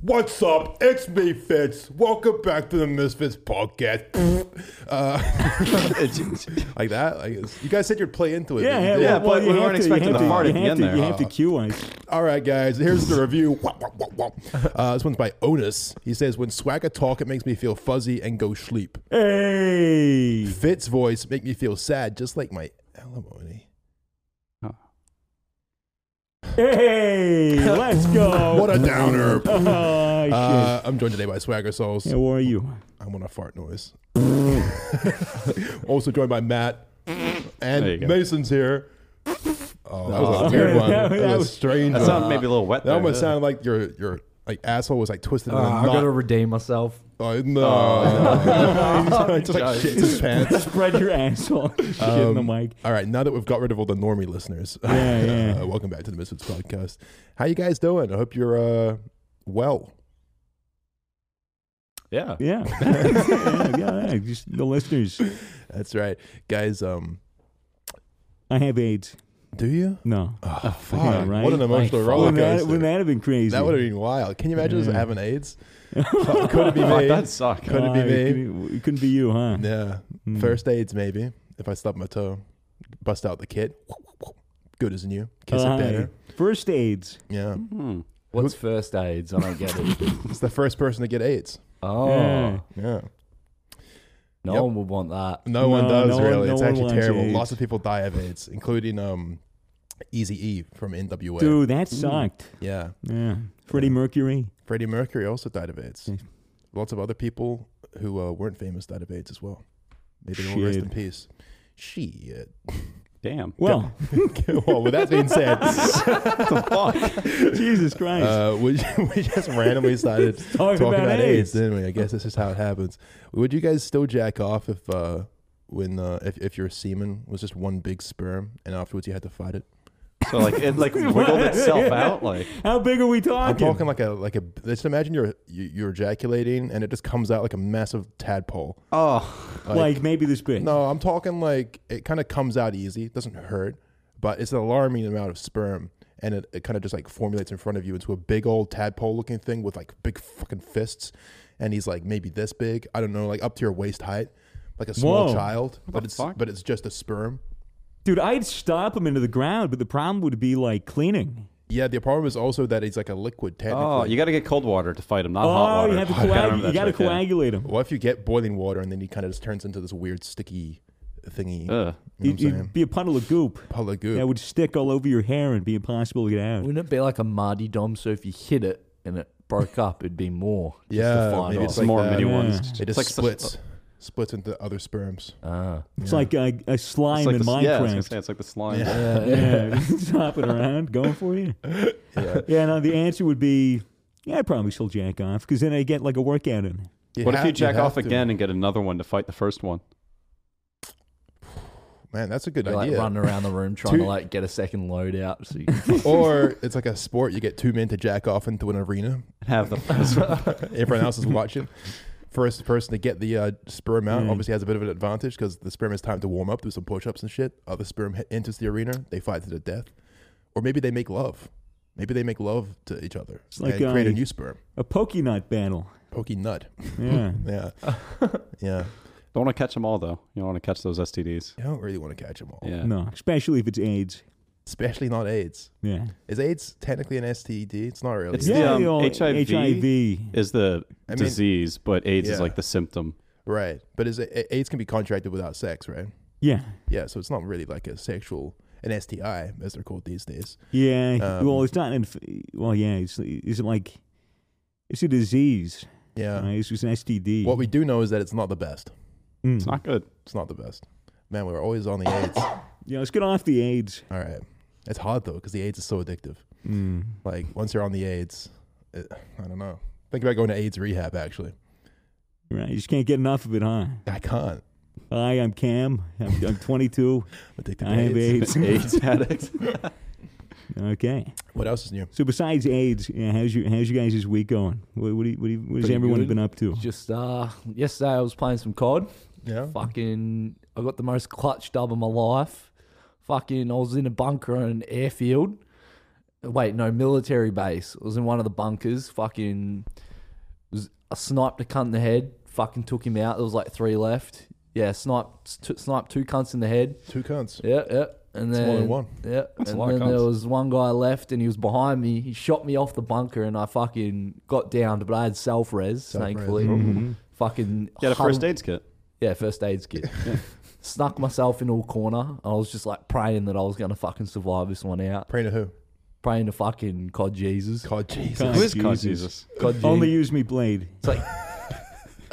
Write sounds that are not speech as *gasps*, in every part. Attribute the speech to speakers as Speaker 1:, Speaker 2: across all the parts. Speaker 1: What's up? It's me, Fitz. Welcome back to the Misfits podcast. *laughs* uh, *laughs* it's just- like that? Like, it's- you guys said you'd play into it. but you didn't.
Speaker 2: yeah,
Speaker 3: well,
Speaker 2: but
Speaker 3: we
Speaker 2: you
Speaker 3: weren't
Speaker 2: have to- you
Speaker 3: expecting
Speaker 2: have
Speaker 3: the
Speaker 2: to-
Speaker 3: part at
Speaker 2: you
Speaker 3: the
Speaker 2: have
Speaker 3: end
Speaker 2: to-
Speaker 3: there.
Speaker 2: You have to cue one.
Speaker 1: All right, guys, here's the review. Wah, wah, wah, wah. Uh, this one's by Onus. He says, When swagger talk, it makes me feel fuzzy and go sleep.
Speaker 2: Hey,
Speaker 1: Fitz voice make me feel sad, just like my alimony.
Speaker 2: hey, let's go. *laughs*
Speaker 1: What a downer.
Speaker 2: Oh, shit.
Speaker 1: Uh, I'm joined today by Swagger Souls.
Speaker 2: yeah, where are you?
Speaker 1: I want a fart noise. *laughs* also joined by Matt
Speaker 3: There
Speaker 1: and
Speaker 3: you go.
Speaker 1: Mason's here. Oh, that was a
Speaker 3: Oh.
Speaker 1: weird one.
Speaker 2: That
Speaker 1: That was a
Speaker 2: was-
Speaker 1: strange
Speaker 3: That
Speaker 1: one.
Speaker 3: sounded maybe a little wet.
Speaker 1: That
Speaker 3: there,
Speaker 1: almost
Speaker 3: yeah.
Speaker 1: sounded like your your like asshole was like twisted in
Speaker 4: Uh,
Speaker 1: a
Speaker 4: I gotta
Speaker 1: knot.
Speaker 4: redeem myself.
Speaker 1: Oh,
Speaker 2: *laughs*
Speaker 1: no, just like shit in his pants.
Speaker 2: Spread your asshole. Shit in the mic.
Speaker 1: All right, now that we've got rid of all the normie listeners,
Speaker 2: Yeah, yeah.
Speaker 1: uh, *laughs* welcome back to the Misfits podcast. How you guys doing? I hope you're uh, well.
Speaker 3: *laughs* Yeah.
Speaker 2: Yeah. *laughs* yeah, yeah, yeah. Just the listeners.
Speaker 1: That's right, guys. Um,
Speaker 2: I have AIDS.
Speaker 1: do you?
Speaker 2: No.
Speaker 1: Oh, fuck!
Speaker 2: yeah, right?
Speaker 1: What an emotional roller
Speaker 2: wouldn't,
Speaker 1: coaster.
Speaker 2: that, wouldn't that have been crazy?
Speaker 1: That would have been wild. Can you imagine us
Speaker 2: Yeah.
Speaker 1: having
Speaker 2: *laughs*
Speaker 1: AIDS? Fuck, could it be
Speaker 3: Fuck,
Speaker 1: me? *laughs*
Speaker 3: that'd suck.
Speaker 1: Could it be
Speaker 2: Uh,
Speaker 1: me?
Speaker 2: couldn't- It couldn't be you, huh?
Speaker 1: Yeah.
Speaker 2: Mm.
Speaker 1: First AIDS, maybe. If I stub my toe, bust out the kid. Good as new. Kiss
Speaker 2: Uh,
Speaker 1: it better.
Speaker 2: First AIDS.
Speaker 1: Yeah.
Speaker 3: Hmm.
Speaker 4: What's first aids? I don't get it.
Speaker 1: It's the first person to get AIDS.
Speaker 4: Oh,
Speaker 2: Yeah.
Speaker 1: Yeah.
Speaker 4: no
Speaker 1: Yep.
Speaker 4: one would want that.
Speaker 1: No, one
Speaker 2: No,
Speaker 1: does
Speaker 2: no one-
Speaker 1: really.
Speaker 2: no
Speaker 1: it's
Speaker 2: one
Speaker 1: actually
Speaker 2: wants
Speaker 1: terrible.
Speaker 2: AIDS.
Speaker 1: Lots of people die of AIDS, including um, Easy E from NWA.
Speaker 2: Dude, that sucked.
Speaker 1: Yeah.
Speaker 2: Yeah. Freddie Mercury.
Speaker 1: Freddie Mercury also died of AIDS.
Speaker 2: Mm.
Speaker 1: Lots of other people who uh, weren't famous died of AIDS as well. May they all rest
Speaker 2: Shit.
Speaker 1: in peace. Shit. *laughs*
Speaker 3: Damn.
Speaker 2: Well,
Speaker 1: well, with that being said,
Speaker 2: *laughs* Jesus Christ.
Speaker 1: uh, we, *laughs* we just randomly started
Speaker 2: *laughs* Talking
Speaker 1: talking,
Speaker 2: about
Speaker 1: about, AIDS,
Speaker 2: AIDS.
Speaker 1: didn't we? I guess this is how it happens. Would you guys still jack off if uh, when uh, if, if your semen was just one big sperm and afterwards you had to fight it?
Speaker 3: So like it
Speaker 1: *laughs*
Speaker 3: like wiggled itself out. Like
Speaker 2: How big are we
Speaker 1: I'm
Speaker 2: talking?
Speaker 1: talking like a like a. Just imagine you're you- you're ejaculating and it just comes out like a massive tadpole.
Speaker 3: oh
Speaker 2: like, maybe this big.
Speaker 1: No, I'm talking like it kind of comes out easy. It doesn't hurt, but it's an alarming amount of sperm. And it, it kind of just like formulates in front of you into a big old tadpole looking thing with like big fucking fists. And he's like maybe this big. I don't know, like up to your waist height, like a small
Speaker 2: Whoa.
Speaker 1: child. But
Speaker 3: the
Speaker 1: it's
Speaker 3: fuck?
Speaker 1: but it's just a sperm.
Speaker 2: Dude, I'd stomp him into the ground, but the problem would be like cleaning.
Speaker 1: Yeah, the problem is also that he's like a liquid technically.
Speaker 3: oh, you got to get cold water to fight him, not hot
Speaker 2: Oh,
Speaker 3: water.
Speaker 2: you have to
Speaker 3: *laughs* I gotta remember
Speaker 2: coagulate. You
Speaker 3: that
Speaker 2: got to
Speaker 3: shit, yeah.
Speaker 2: coagulate him.
Speaker 1: What if you get boiling water and then he kind of just turns into this weird sticky thingy? You
Speaker 3: Ugh.
Speaker 1: know
Speaker 2: You'd,
Speaker 1: what I'm
Speaker 2: you'd
Speaker 1: saying?
Speaker 2: be a puddle of goop
Speaker 1: Pala goo.
Speaker 2: that would stick all over your hair and be impossible to get out.
Speaker 4: Wouldn't it be like a Mardi Dom? So if you hit it and it broke up, it'd be more. just to
Speaker 1: Yeah,
Speaker 4: fight
Speaker 1: maybe
Speaker 4: off.
Speaker 1: it's
Speaker 3: Oh, Some
Speaker 1: like
Speaker 3: more
Speaker 1: that.
Speaker 3: mini
Speaker 1: Yeah.
Speaker 3: ones.
Speaker 1: It just
Speaker 3: like such-
Speaker 1: splits, splits into other sperms.
Speaker 4: Ah.
Speaker 2: It's like a, a
Speaker 3: It's
Speaker 2: slime
Speaker 3: like
Speaker 2: in
Speaker 3: the, s- yeah, I was gonna
Speaker 2: Minecraft.
Speaker 3: say it's like the slime.
Speaker 4: *laughs*
Speaker 2: Yeah, *laughs* it's hopping around, going for you. Yeah. no, the answer would be, yeah, I probably still jack off because then I get like a workout in.
Speaker 3: What if
Speaker 1: ha-
Speaker 3: you jack
Speaker 1: have
Speaker 3: off
Speaker 1: to.
Speaker 3: again and get another one to fight the first one?
Speaker 1: Man, that's a good
Speaker 4: You're like
Speaker 1: idea. *laughs*
Speaker 4: running around the room trying
Speaker 1: Two-
Speaker 4: to like get a second load out. So you,
Speaker 1: or it's like a sport. You get two men to jack off into an *laughs* arena.
Speaker 3: And have the first one.
Speaker 1: Everyone else is watching. First person to get the uh, sperm out
Speaker 2: Mm.
Speaker 1: obviously has a bit of an advantage because the sperm has time to warm up, do some push-ups and shit. Other sperm hit, enters the arena. They fight to the death, or maybe they make love. Maybe they make love to each other
Speaker 2: It's like,
Speaker 1: and create a
Speaker 2: uh,
Speaker 1: new sperm.
Speaker 2: A Pokenut battle.
Speaker 1: Pokey nut.
Speaker 2: Yeah.
Speaker 1: Yeah, yeah.
Speaker 3: Don't want to catch them all though. You don't want to catch those STDs.
Speaker 1: You don't really want to catch them all,
Speaker 3: Yeah.
Speaker 2: No, especially if it's AIDS.
Speaker 1: especially not AIDS.
Speaker 2: Yeah.
Speaker 1: Is AIDS technically an STD? It's not really.
Speaker 3: It's
Speaker 1: is it?
Speaker 3: the, um,
Speaker 2: the old
Speaker 3: HIV
Speaker 2: HIV.
Speaker 3: Is the
Speaker 1: I mean-
Speaker 3: disease, but AIDS is
Speaker 1: Yeah.
Speaker 3: like the symptom.
Speaker 1: Right, but is it, AIDS can be contracted without sex, right?
Speaker 2: Yeah.
Speaker 1: Yeah, so it's not really like a sexual an STI as they're called these days.
Speaker 2: Yeah.
Speaker 1: Um,
Speaker 2: well, it's not. An, inf- well, yeah. It's is it like it's a disease?
Speaker 1: Yeah.
Speaker 2: right? It's just an STD.
Speaker 1: What we do know is that it's not the best.
Speaker 2: Mm.
Speaker 1: Mm-hmm.
Speaker 3: It's not good.
Speaker 1: It's not the best. Man, we were always on the
Speaker 2: *coughs*
Speaker 1: AIDS. All
Speaker 2: Yeah. Let's get off the AIDS.
Speaker 1: right, it's hard though because the AIDS is so addictive.
Speaker 2: Mm.
Speaker 1: Like once you're on the AIDS, it, I don't know. Think about going to AIDS rehab. Actually,
Speaker 2: Right. You just can't get enough of it, huh?
Speaker 1: I can't.
Speaker 2: Hi, I'm Cam. I'm, I'm 22.
Speaker 1: I'm addicted to
Speaker 2: I have
Speaker 1: AIDS.
Speaker 2: AIDS.
Speaker 3: AIDS addict.
Speaker 2: Okay.
Speaker 1: *laughs* What else is new?
Speaker 2: So besides AIDS, yeah, how's you how's you guys' week going? What what, do you, what, do you, what has
Speaker 4: Pretty
Speaker 2: everyone
Speaker 4: good.
Speaker 2: been up to?
Speaker 4: just uh, yesterday I was playing some COD.
Speaker 1: Yeah.
Speaker 4: Fucking, I got the most clutch dub of my life. Fucking, I was in a bunker on an airfield, wait, no, military base. It was in one of the bunkers. Fucking was, I sniped a cunt in the head. Fucking took him out. There was like three left. Yeah, sniped t- sniped two cunts in the head.
Speaker 1: Two cunts.
Speaker 4: Yeah, yeah. And
Speaker 1: It's
Speaker 4: then
Speaker 1: more than one.
Speaker 4: Yeah.
Speaker 3: a
Speaker 4: and
Speaker 3: lot of
Speaker 4: then there
Speaker 3: cunts.
Speaker 4: was one guy left, and he was behind me. He shot me off the bunker, and I fucking got downed. But I had self res,
Speaker 1: Self-res.
Speaker 4: thankfully.
Speaker 3: Mhm.
Speaker 4: Fucking
Speaker 3: You had a
Speaker 4: huddled-
Speaker 3: first aid kit.
Speaker 4: yeah, first aid kit. Snuck myself in all corner. I was just like praying that I was gonna fucking survive this one out.
Speaker 1: Praying to who?
Speaker 4: Praying to fucking God Jesus.
Speaker 1: God, Jesus.
Speaker 2: Cunt.
Speaker 3: Who is God
Speaker 2: Jesus.
Speaker 3: Jesus?
Speaker 4: God Jesus.
Speaker 2: Only Oh, use me blade.
Speaker 4: It's like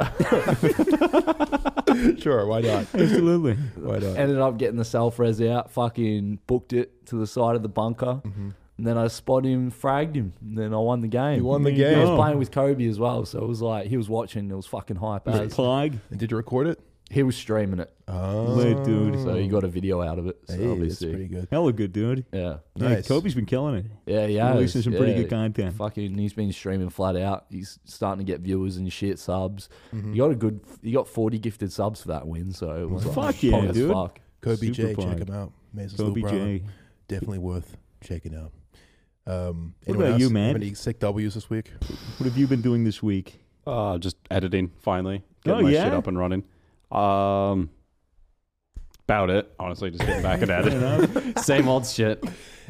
Speaker 1: *laughs* sure, why not?
Speaker 2: Absolutely.
Speaker 1: Why
Speaker 2: *laughs*
Speaker 1: not?
Speaker 4: ended up getting the self res out. Fucking booked it to the side of the bunker. And then I spot him, fragged him, and then I won the game.
Speaker 1: You won the
Speaker 2: There you
Speaker 1: game.
Speaker 4: I was
Speaker 2: go.
Speaker 4: playing with Kobe as well, so it was like he was watching. It was fucking hype
Speaker 2: Was it
Speaker 4: as
Speaker 2: Clog?
Speaker 1: And did you record it?
Speaker 4: he was streaming it,
Speaker 1: Oh,
Speaker 2: Lit, dude.
Speaker 4: so he got a video out of it. So
Speaker 1: Hey,
Speaker 4: that'll be
Speaker 1: that's
Speaker 4: sick.
Speaker 1: pretty
Speaker 2: *laughs*
Speaker 1: good.
Speaker 2: Hella good, dude.
Speaker 4: yeah,
Speaker 2: Yeah,
Speaker 1: Nice.
Speaker 2: Kobe's been killing it.
Speaker 4: yeah, yeah.
Speaker 2: Releasing some pretty
Speaker 4: yeah.
Speaker 2: good content.
Speaker 4: Fucking, he's been streaming flat out. He's starting to get viewers and shit subs.
Speaker 1: Mm-hmm.
Speaker 4: He got a good. He got forty gifted subs for that win. So it was
Speaker 1: Fuck
Speaker 4: like,
Speaker 2: yeah,
Speaker 4: pop as
Speaker 2: dude.
Speaker 4: Fuck.
Speaker 1: Kobe J,
Speaker 2: Super
Speaker 1: check
Speaker 2: fun.
Speaker 1: him out. Maze's
Speaker 2: Kobe
Speaker 1: little brother.
Speaker 2: J.
Speaker 1: Definitely worth checking out. Um,
Speaker 2: What
Speaker 1: anyone
Speaker 2: about
Speaker 1: else
Speaker 2: you,
Speaker 1: have
Speaker 2: man?
Speaker 1: Any sick W's this week?
Speaker 2: What have you been doing this week?
Speaker 3: Uh, just editing finally, getting
Speaker 2: Oh,
Speaker 3: my shit
Speaker 2: yeah?
Speaker 3: up and running. Um, about it. Honestly, just getting back at *laughs*
Speaker 2: *laughs* Fair
Speaker 3: it.
Speaker 2: enough.
Speaker 3: Same old shit.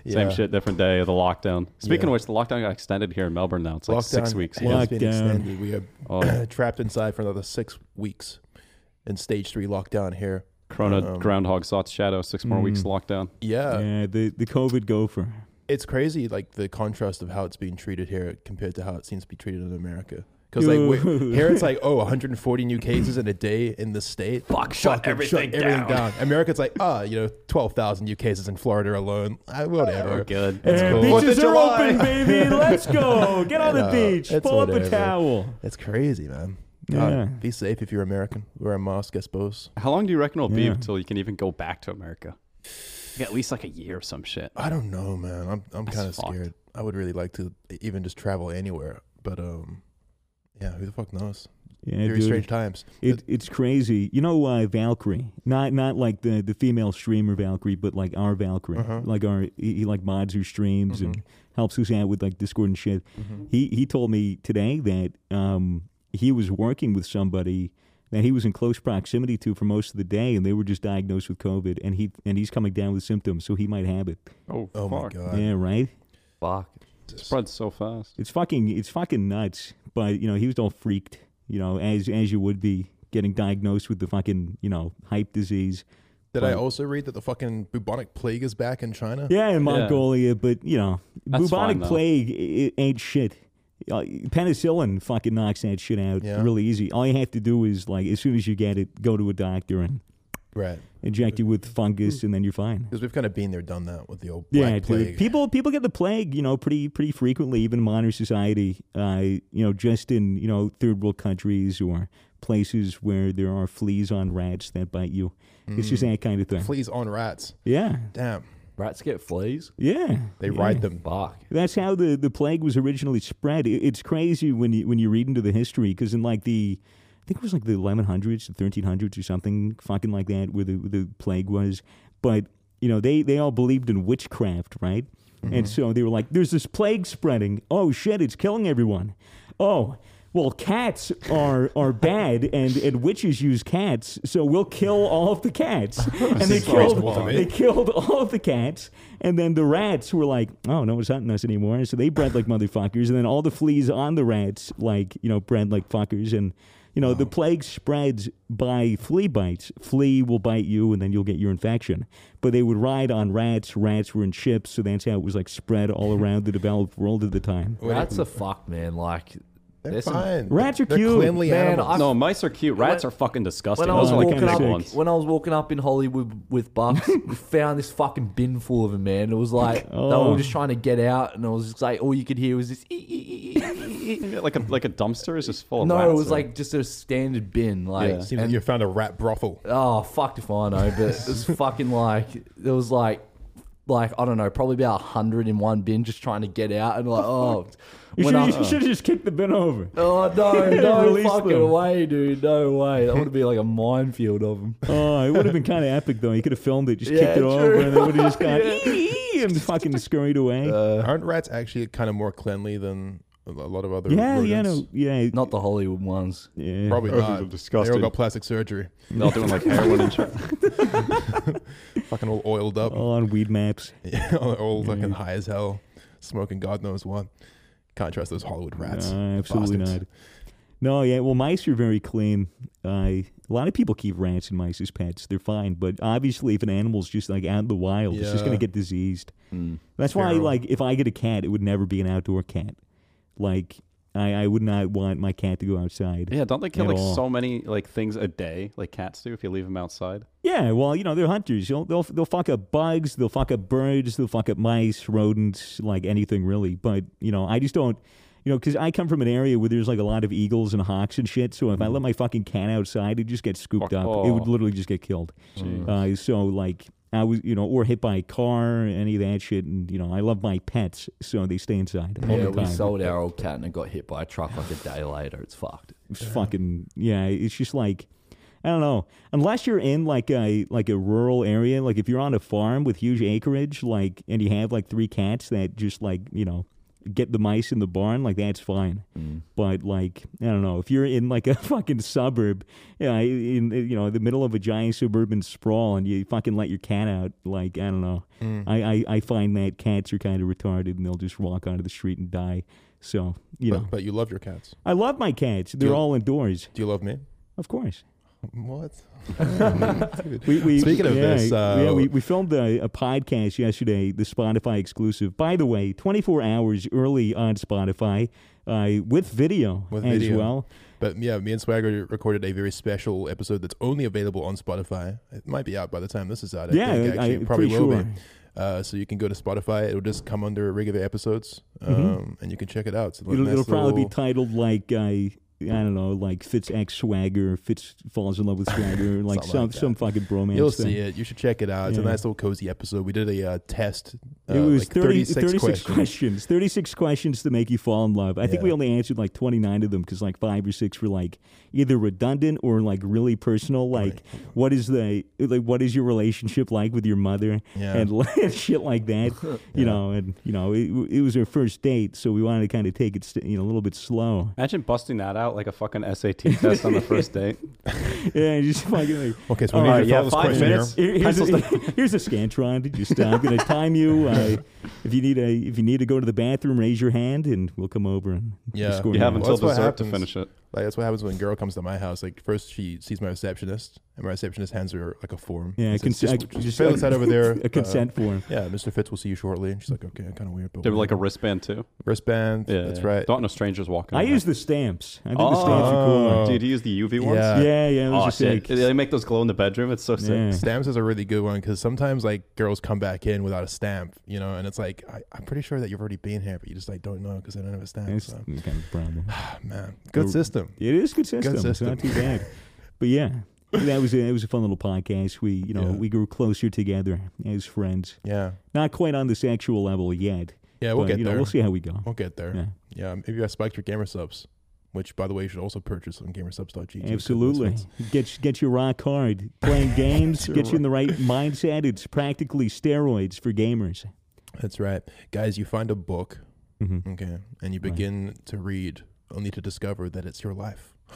Speaker 1: Yeah.
Speaker 3: Same shit. Different day of the lockdown. Speaking
Speaker 1: Yeah.
Speaker 3: of which, the lockdown got extended here in Melbourne now. It's like six
Speaker 1: Lockdown
Speaker 3: weeks.
Speaker 1: has been
Speaker 2: Lockdown.
Speaker 1: extended. We are *clears throat*
Speaker 3: Oh, yeah.
Speaker 1: trapped inside for another six weeks in stage three lockdown here.
Speaker 3: Corona,
Speaker 1: Um,
Speaker 3: groundhog, sots, shadow. Six more weeks lockdown.
Speaker 1: Yeah,
Speaker 2: yeah, the, the COVID gopher.
Speaker 1: it's crazy, like the contrast of how it's being treated here compared to how it seems to be treated in America. Because like we,
Speaker 2: Dude.
Speaker 1: here, it's like
Speaker 2: *laughs*
Speaker 1: oh, 140 new cases in a day in the state.
Speaker 4: Fuck, shut
Speaker 1: Fucking
Speaker 4: everything down.
Speaker 1: America's like ah, you know, 12,000 new cases in Florida alone. Ah, whatever.
Speaker 3: good.
Speaker 2: Yeah,
Speaker 1: cool. Fourth
Speaker 2: Beaches
Speaker 1: of
Speaker 2: are
Speaker 1: July. *laughs*
Speaker 2: open, baby. Let's go. Get on
Speaker 1: No,
Speaker 2: the beach.
Speaker 1: it's
Speaker 2: Pull up a
Speaker 1: whatever.
Speaker 2: towel.
Speaker 1: It's crazy, man.
Speaker 2: Yeah.
Speaker 1: God, be safe if you're American. Wear a mask, I suppose.
Speaker 3: How long do you reckon it'll
Speaker 2: Yeah.
Speaker 3: be until you can even go back to America? Like, at least like a year or some shit.
Speaker 1: I don't know, man. I'm I'm
Speaker 3: That's
Speaker 1: kind of
Speaker 3: fucked.
Speaker 1: scared. I would really like to even just travel anywhere, but um, yeah, who the fuck knows?
Speaker 2: Yeah,
Speaker 1: Very
Speaker 2: dude.
Speaker 1: strange times.
Speaker 2: It, it's crazy. You know, uh, Valkyrie, not not like the, the female streamer Valkyrie, but like our Valkyrie,
Speaker 1: Uh-huh. Mm-hmm.
Speaker 2: like our he, he like mods who streams and helps us out with like Discord and shit. He he told me today that um, he was working with somebody that he was in close proximity to for most of the day, and they were just diagnosed with COVID, and he and he's coming down with symptoms, so he might have it.
Speaker 3: Oh,
Speaker 1: Oh
Speaker 3: fuck.
Speaker 1: my god.
Speaker 2: yeah, right.
Speaker 4: Fuck.
Speaker 3: Spreads so fast.
Speaker 2: It's fucking it's fucking nuts. But you know, he was all freaked. You know, as as you would be getting diagnosed with the fucking you know hype disease.
Speaker 1: Did I also read that the fucking bubonic plague is back in China?
Speaker 2: Yeah, in Mongolia, but you know,
Speaker 3: That's
Speaker 2: bubonic
Speaker 3: fine, though.
Speaker 2: plague i i- ain't shit. Uh, penicillin fucking knocks that shit out
Speaker 1: Yeah.
Speaker 2: really easy. All you have to do is like, as soon as you get it, go to a doctor and
Speaker 1: Right.
Speaker 2: inject you with fungus, and then you're fine.
Speaker 1: Because we've kind of been there, done that with the old
Speaker 2: Yeah,
Speaker 1: black
Speaker 2: dude.
Speaker 1: plague.
Speaker 2: People people get the plague, you know, pretty pretty frequently, even in modern society. Uh, you know, just in you know third world countries or places where there are fleas on rats that bite you. It's just
Speaker 1: Mm.
Speaker 2: that kind of thing.
Speaker 1: Fleas on rats.
Speaker 2: yeah,
Speaker 1: Damn.
Speaker 4: Rats get fleas.
Speaker 2: yeah.
Speaker 1: They
Speaker 2: yeah.
Speaker 1: ride them.
Speaker 4: Fuck.
Speaker 2: That's how the, the plague was originally spread. It, it's crazy when you when you read into the history because in like the I think it was like the 1100s, the 1300s or something fucking like that where the where the plague was. But you know they they all believed in witchcraft, right? And so they were like, "There's this plague spreading. Oh shit, it's killing everyone. Oh." Well, cats are, are bad, and, and witches use cats, so we'll kill all of the cats. and they
Speaker 1: is
Speaker 2: killed,
Speaker 1: reasonable to me.
Speaker 2: they *laughs* killed all of the cats, and then the rats were like, "Oh, no one's hunting us anymore." So they bred like motherfuckers, and then all the fleas on the rats, like you know, bred like fuckers, and you know, the plague spreads by flea bites. Flea will bite you, and then you'll get your infection. But they would ride on rats. Rats were in ships, so that's how it was like spread
Speaker 4: *laughs*
Speaker 2: all around the developed world at the time.
Speaker 4: Rats are fucked, man. Like
Speaker 1: They're
Speaker 4: there's some-
Speaker 1: fine.
Speaker 2: Rats are
Speaker 1: They're
Speaker 2: cute.
Speaker 1: cleanly
Speaker 4: Man,
Speaker 1: animals.
Speaker 4: I-
Speaker 3: No, mice are cute. Rats are fucking disgusting.
Speaker 4: When I
Speaker 3: Those
Speaker 2: Oh,
Speaker 4: was
Speaker 3: are
Speaker 2: like
Speaker 3: the
Speaker 4: walking
Speaker 2: kinda
Speaker 4: up,
Speaker 3: big ones.
Speaker 2: sick.
Speaker 4: when I was walking up in Hollywood with *laughs* Bucks, we found this fucking bin full of them, man. It was like they were all
Speaker 2: Oh.
Speaker 4: just trying to get out, and it was just like all you could hear was this. "ee, ee, ee, ee, ee, ee."
Speaker 3: Yeah, Like a like a dumpster is just full of
Speaker 4: no,
Speaker 3: rats.
Speaker 4: it was
Speaker 3: in
Speaker 4: like just a standard bin, like
Speaker 3: Yeah.
Speaker 1: Seems
Speaker 4: and-
Speaker 1: like you found a rat brothel.
Speaker 4: oh fucked if I know, but it *laughs* was fucking like there was like like I don't know, probably about hundred in one bin, just trying to get out, and *laughs* like oh.
Speaker 2: You
Speaker 4: when
Speaker 2: should
Speaker 4: I-
Speaker 2: have just kicked the bin over.
Speaker 4: Oh *laughs* no! No
Speaker 2: Release
Speaker 4: fucking
Speaker 2: them.
Speaker 4: way, dude! No way! That would be like a minefield of them.
Speaker 2: Oh, it would have been kind of epic though. You could have filmed it, just
Speaker 4: Yeah,
Speaker 2: kicked it
Speaker 4: true. *laughs*
Speaker 2: over, and then would have just gone.
Speaker 4: Yeah. Uh,
Speaker 2: "Ee, ee, ee," see him fucking scurried away.
Speaker 1: Aren't rats actually kind of more cleanly than a lot of other?
Speaker 2: yeah,
Speaker 1: rodents?
Speaker 2: yeah, no, yeah,
Speaker 4: Not the Hollywood ones.
Speaker 2: yeah.
Speaker 1: Probably
Speaker 3: Those
Speaker 1: not.
Speaker 3: are disgusting.
Speaker 1: They all got plastic surgery.
Speaker 3: They're all doing like heroin and shit.
Speaker 1: Fucking all oiled up.
Speaker 2: all Oh, on weed maps.
Speaker 1: Yeah, *laughs* all fucking high as hell, smoking God knows what. Can't trust those Hollywood rats.
Speaker 2: No, absolutely
Speaker 1: Bastards.
Speaker 2: not. No, yeah. Well, mice are very clean. Uh, a lot of people keep rats and mice as pets. They're fine, but obviously, if an animal's just like out in the wild, it's just
Speaker 1: Yeah.
Speaker 2: gonna get diseased.
Speaker 4: Hmm.
Speaker 2: That's why,
Speaker 1: Feral.
Speaker 2: like, if I get a cat, it would never be an outdoor cat. Like, I, I would not want my cat to go outside.
Speaker 3: Yeah, don't they kill
Speaker 2: At
Speaker 3: like
Speaker 2: all.
Speaker 3: so many like things a day, like cats do, if you leave them outside?
Speaker 2: Yeah, well, you know, they're hunters. They'll, they'll they'll fuck up bugs, they'll fuck up birds, they'll fuck up mice, rodents, like anything really. But you know, I just don't, you know, because I come from an area where there's like a lot of eagles and hawks and shit. So if I let my fucking cat outside, it just gets scooped
Speaker 3: Fuck
Speaker 2: up. It would
Speaker 3: off.
Speaker 2: literally just get killed. Uh, so like I was, you know, or hit by a car, any of that shit. And you know, I love my pets, so they stay inside all
Speaker 4: Yeah,
Speaker 2: the
Speaker 4: we
Speaker 2: time.
Speaker 4: sold our old cat and it got hit by a truck like a day later. It's fucked.
Speaker 2: It's fucking yeah. It's just like I don't know. Unless you're in like a like a rural area, like if you're on a farm with huge acreage, like and you have like three cats that just like you know get the mice in the barn, like that's fine.
Speaker 1: Mm.
Speaker 2: But like I don't know, if you're in like *laughs* a fucking suburb, yeah, in you know the middle of a giant suburban sprawl, and you fucking let your cat out, like I don't know,
Speaker 1: Mm.
Speaker 2: I, I I find that cats are kind of retarded and they'll just walk onto the street and die. So you know,
Speaker 1: But, but you love your cats.
Speaker 2: I love my cats. They're
Speaker 1: Yeah.
Speaker 2: all indoors.
Speaker 1: Do you love me?
Speaker 2: Of course.
Speaker 1: What?
Speaker 2: We, we,
Speaker 1: Speaking of
Speaker 2: yeah,
Speaker 1: this, uh,
Speaker 2: yeah, we, we filmed a, a podcast yesterday, the Spotify exclusive. By the way, 24 hours early on Spotify uh, with video
Speaker 1: With
Speaker 2: as
Speaker 1: video.
Speaker 2: well.
Speaker 1: But yeah, me and Swagger recorded a very special episode that's only available on Spotify. It might be out by the time this is out. I
Speaker 2: Yeah,
Speaker 1: think,
Speaker 2: I-
Speaker 1: actually,
Speaker 2: I'm
Speaker 1: it probably
Speaker 2: pretty
Speaker 1: will
Speaker 2: sure.
Speaker 1: be. Uh, so you can go to Spotify. It'll just come under regular episodes, um, and you can check it out. So
Speaker 2: Mm-hmm. It'll, it'll probably be titled like. Uh, I don't know, like Fitz X Swagger, Fitz falls in
Speaker 1: *laughs*
Speaker 2: love with Swagger, like
Speaker 1: Something
Speaker 2: some
Speaker 1: like that.
Speaker 2: some fucking bromance.
Speaker 1: You'll
Speaker 2: thing.
Speaker 1: see it. You should check it out. It's a
Speaker 2: Yeah.
Speaker 1: nice little cozy episode. We did a uh, test. Uh,
Speaker 2: It was
Speaker 1: like
Speaker 2: 30, 36,
Speaker 1: 36
Speaker 2: questions. 36 questions to make you fall in love. I think
Speaker 1: Yeah.
Speaker 2: we only answered like 29 of them because like five or six were like either redundant or like really personal. Like, what is the, like, what is your relationship like with your mother?
Speaker 1: Yeah.
Speaker 2: And *laughs* like, shit like
Speaker 1: *laughs*
Speaker 2: that. You know, and, you know, it, it was our first date. So we wanted to kind of take it, st- you know, a little bit slow. *laughs*
Speaker 3: Imagine busting that out like a fucking SAT test on the first date.
Speaker 2: yeah. Just fucking like, "Oh,
Speaker 1: Okay, so
Speaker 2: all
Speaker 1: we need
Speaker 2: right,
Speaker 1: to
Speaker 3: yeah,
Speaker 1: follow this
Speaker 3: five
Speaker 1: question here.
Speaker 3: minutes.
Speaker 2: Here- here's,
Speaker 3: Pencil
Speaker 2: a, *laughs* here's a scantron. Just uh, I'm going to
Speaker 1: *laughs*
Speaker 2: time you. Uh, if you need a, if you need to go to the bathroom, raise your hand, and we'll come over and
Speaker 1: Yeah.
Speaker 3: *laughs*
Speaker 2: escort
Speaker 3: You
Speaker 2: you.
Speaker 3: have
Speaker 1: Well,
Speaker 3: until
Speaker 1: that's what
Speaker 3: dessert to
Speaker 1: happens.
Speaker 3: finish it.
Speaker 1: Like that's what happens when a girl comes to my house. Like first she sees my receptionist, and my receptionist hands her like a form.
Speaker 2: Yeah,
Speaker 1: It's
Speaker 2: cons-
Speaker 1: just,
Speaker 2: I-
Speaker 1: just,
Speaker 2: just
Speaker 1: fill
Speaker 2: like-
Speaker 1: this out over there.
Speaker 2: *laughs* a consent form.
Speaker 1: Uh, yeah, Mr. Fitz will see you shortly. And she's like, okay, kind of weird, but
Speaker 3: They were like
Speaker 1: whatever.
Speaker 3: a wristband too.
Speaker 1: wristband.
Speaker 3: Yeah,
Speaker 1: that's
Speaker 3: yeah.
Speaker 1: right.
Speaker 3: Don't know strangers walking.
Speaker 2: I
Speaker 3: around.
Speaker 2: use the stamps. I think the stamps are
Speaker 1: Oh.
Speaker 2: cool.
Speaker 3: Dude, you use the UV ones.
Speaker 1: Yeah.
Speaker 2: Yeah, yeah. It was
Speaker 3: Oh
Speaker 2: just
Speaker 3: shit!
Speaker 2: like,
Speaker 3: They make those glow in the bedroom. It's so sick.
Speaker 2: yeah.
Speaker 1: Stamps is a really good one because sometimes like girls come back in without a stamp, you know, and it's like I, I'm pretty sure that you've already been here, but you just like don't know because I don't have a stamp.
Speaker 2: That's
Speaker 1: So. Ah,
Speaker 2: the kind of problem.
Speaker 1: Man, good
Speaker 2: Or-
Speaker 1: system.
Speaker 2: It is good system.
Speaker 1: system.
Speaker 2: It's not too bad. but yeah, that was a, that was a fun little podcast. We you know
Speaker 1: Yeah.
Speaker 2: we grew closer together as friends.
Speaker 1: Yeah,
Speaker 2: Not quite on the sexual level yet.
Speaker 1: yeah, we'll
Speaker 2: but,
Speaker 1: get
Speaker 2: you know,
Speaker 1: there.
Speaker 2: We'll see how we go.
Speaker 1: We'll get there.
Speaker 2: Yeah.
Speaker 1: Yeah. maybe I spiked your gamer subs, which by the way you should also purchase on gamersubs.gg.
Speaker 2: Absolutely. Get get your rock hard.
Speaker 1: *laughs*
Speaker 2: Playing games
Speaker 1: Your
Speaker 2: gets you in the right mindset. It's practically steroids for gamers.
Speaker 1: That's right, guys. You find a book,
Speaker 2: Mm-hmm.
Speaker 1: okay, and you
Speaker 2: Right.
Speaker 1: begin to read, only to discover that it's your life. *gasps*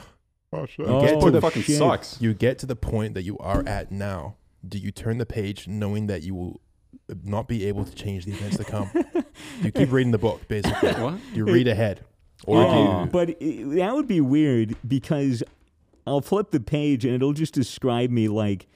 Speaker 1: Oh shit!
Speaker 2: Oh,
Speaker 1: get to the
Speaker 3: fucking
Speaker 2: shit.
Speaker 3: sucks.
Speaker 1: you get to the point that you are at now, do you turn the page knowing that you will not be able to change the events to come? you keep reading the book, basically.
Speaker 3: *laughs* What?
Speaker 1: You read ahead. *laughs* Or
Speaker 3: Oh.
Speaker 1: do you,
Speaker 2: But it, that would be weird because I'll flip the page and it'll just describe me like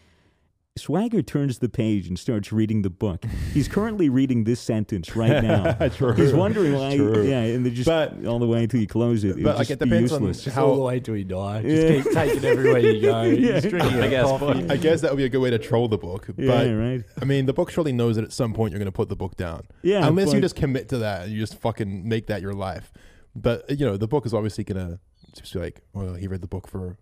Speaker 2: Swagger turns the page and starts reading the book. He's currently reading this sentence *laughs*
Speaker 1: *laughs*
Speaker 2: right now. He's wondering why,
Speaker 1: True.
Speaker 2: yeah, and they just
Speaker 1: But-
Speaker 2: all the way until you close it. It'd
Speaker 1: but
Speaker 2: just
Speaker 1: like it
Speaker 2: be
Speaker 1: depends
Speaker 2: useless.
Speaker 1: on
Speaker 4: All the
Speaker 1: how.
Speaker 4: way till you die. Just
Speaker 2: Yeah.
Speaker 4: keep taking everywhere you *laughs* go.
Speaker 2: Yeah.
Speaker 4: Just
Speaker 3: *laughs*
Speaker 4: drinking
Speaker 3: Big
Speaker 4: a
Speaker 3: ass
Speaker 4: coffee.
Speaker 3: book.
Speaker 1: I guess that would be a good way to troll the book. But
Speaker 2: yeah, right.
Speaker 1: I mean, the book surely knows that at some point you're going to put the book down.
Speaker 2: Yeah,
Speaker 1: Unless you
Speaker 2: but-
Speaker 1: just commit to that and you just fucking make that your life. But, you know, the book is obviously going to just be like, well, he read the book for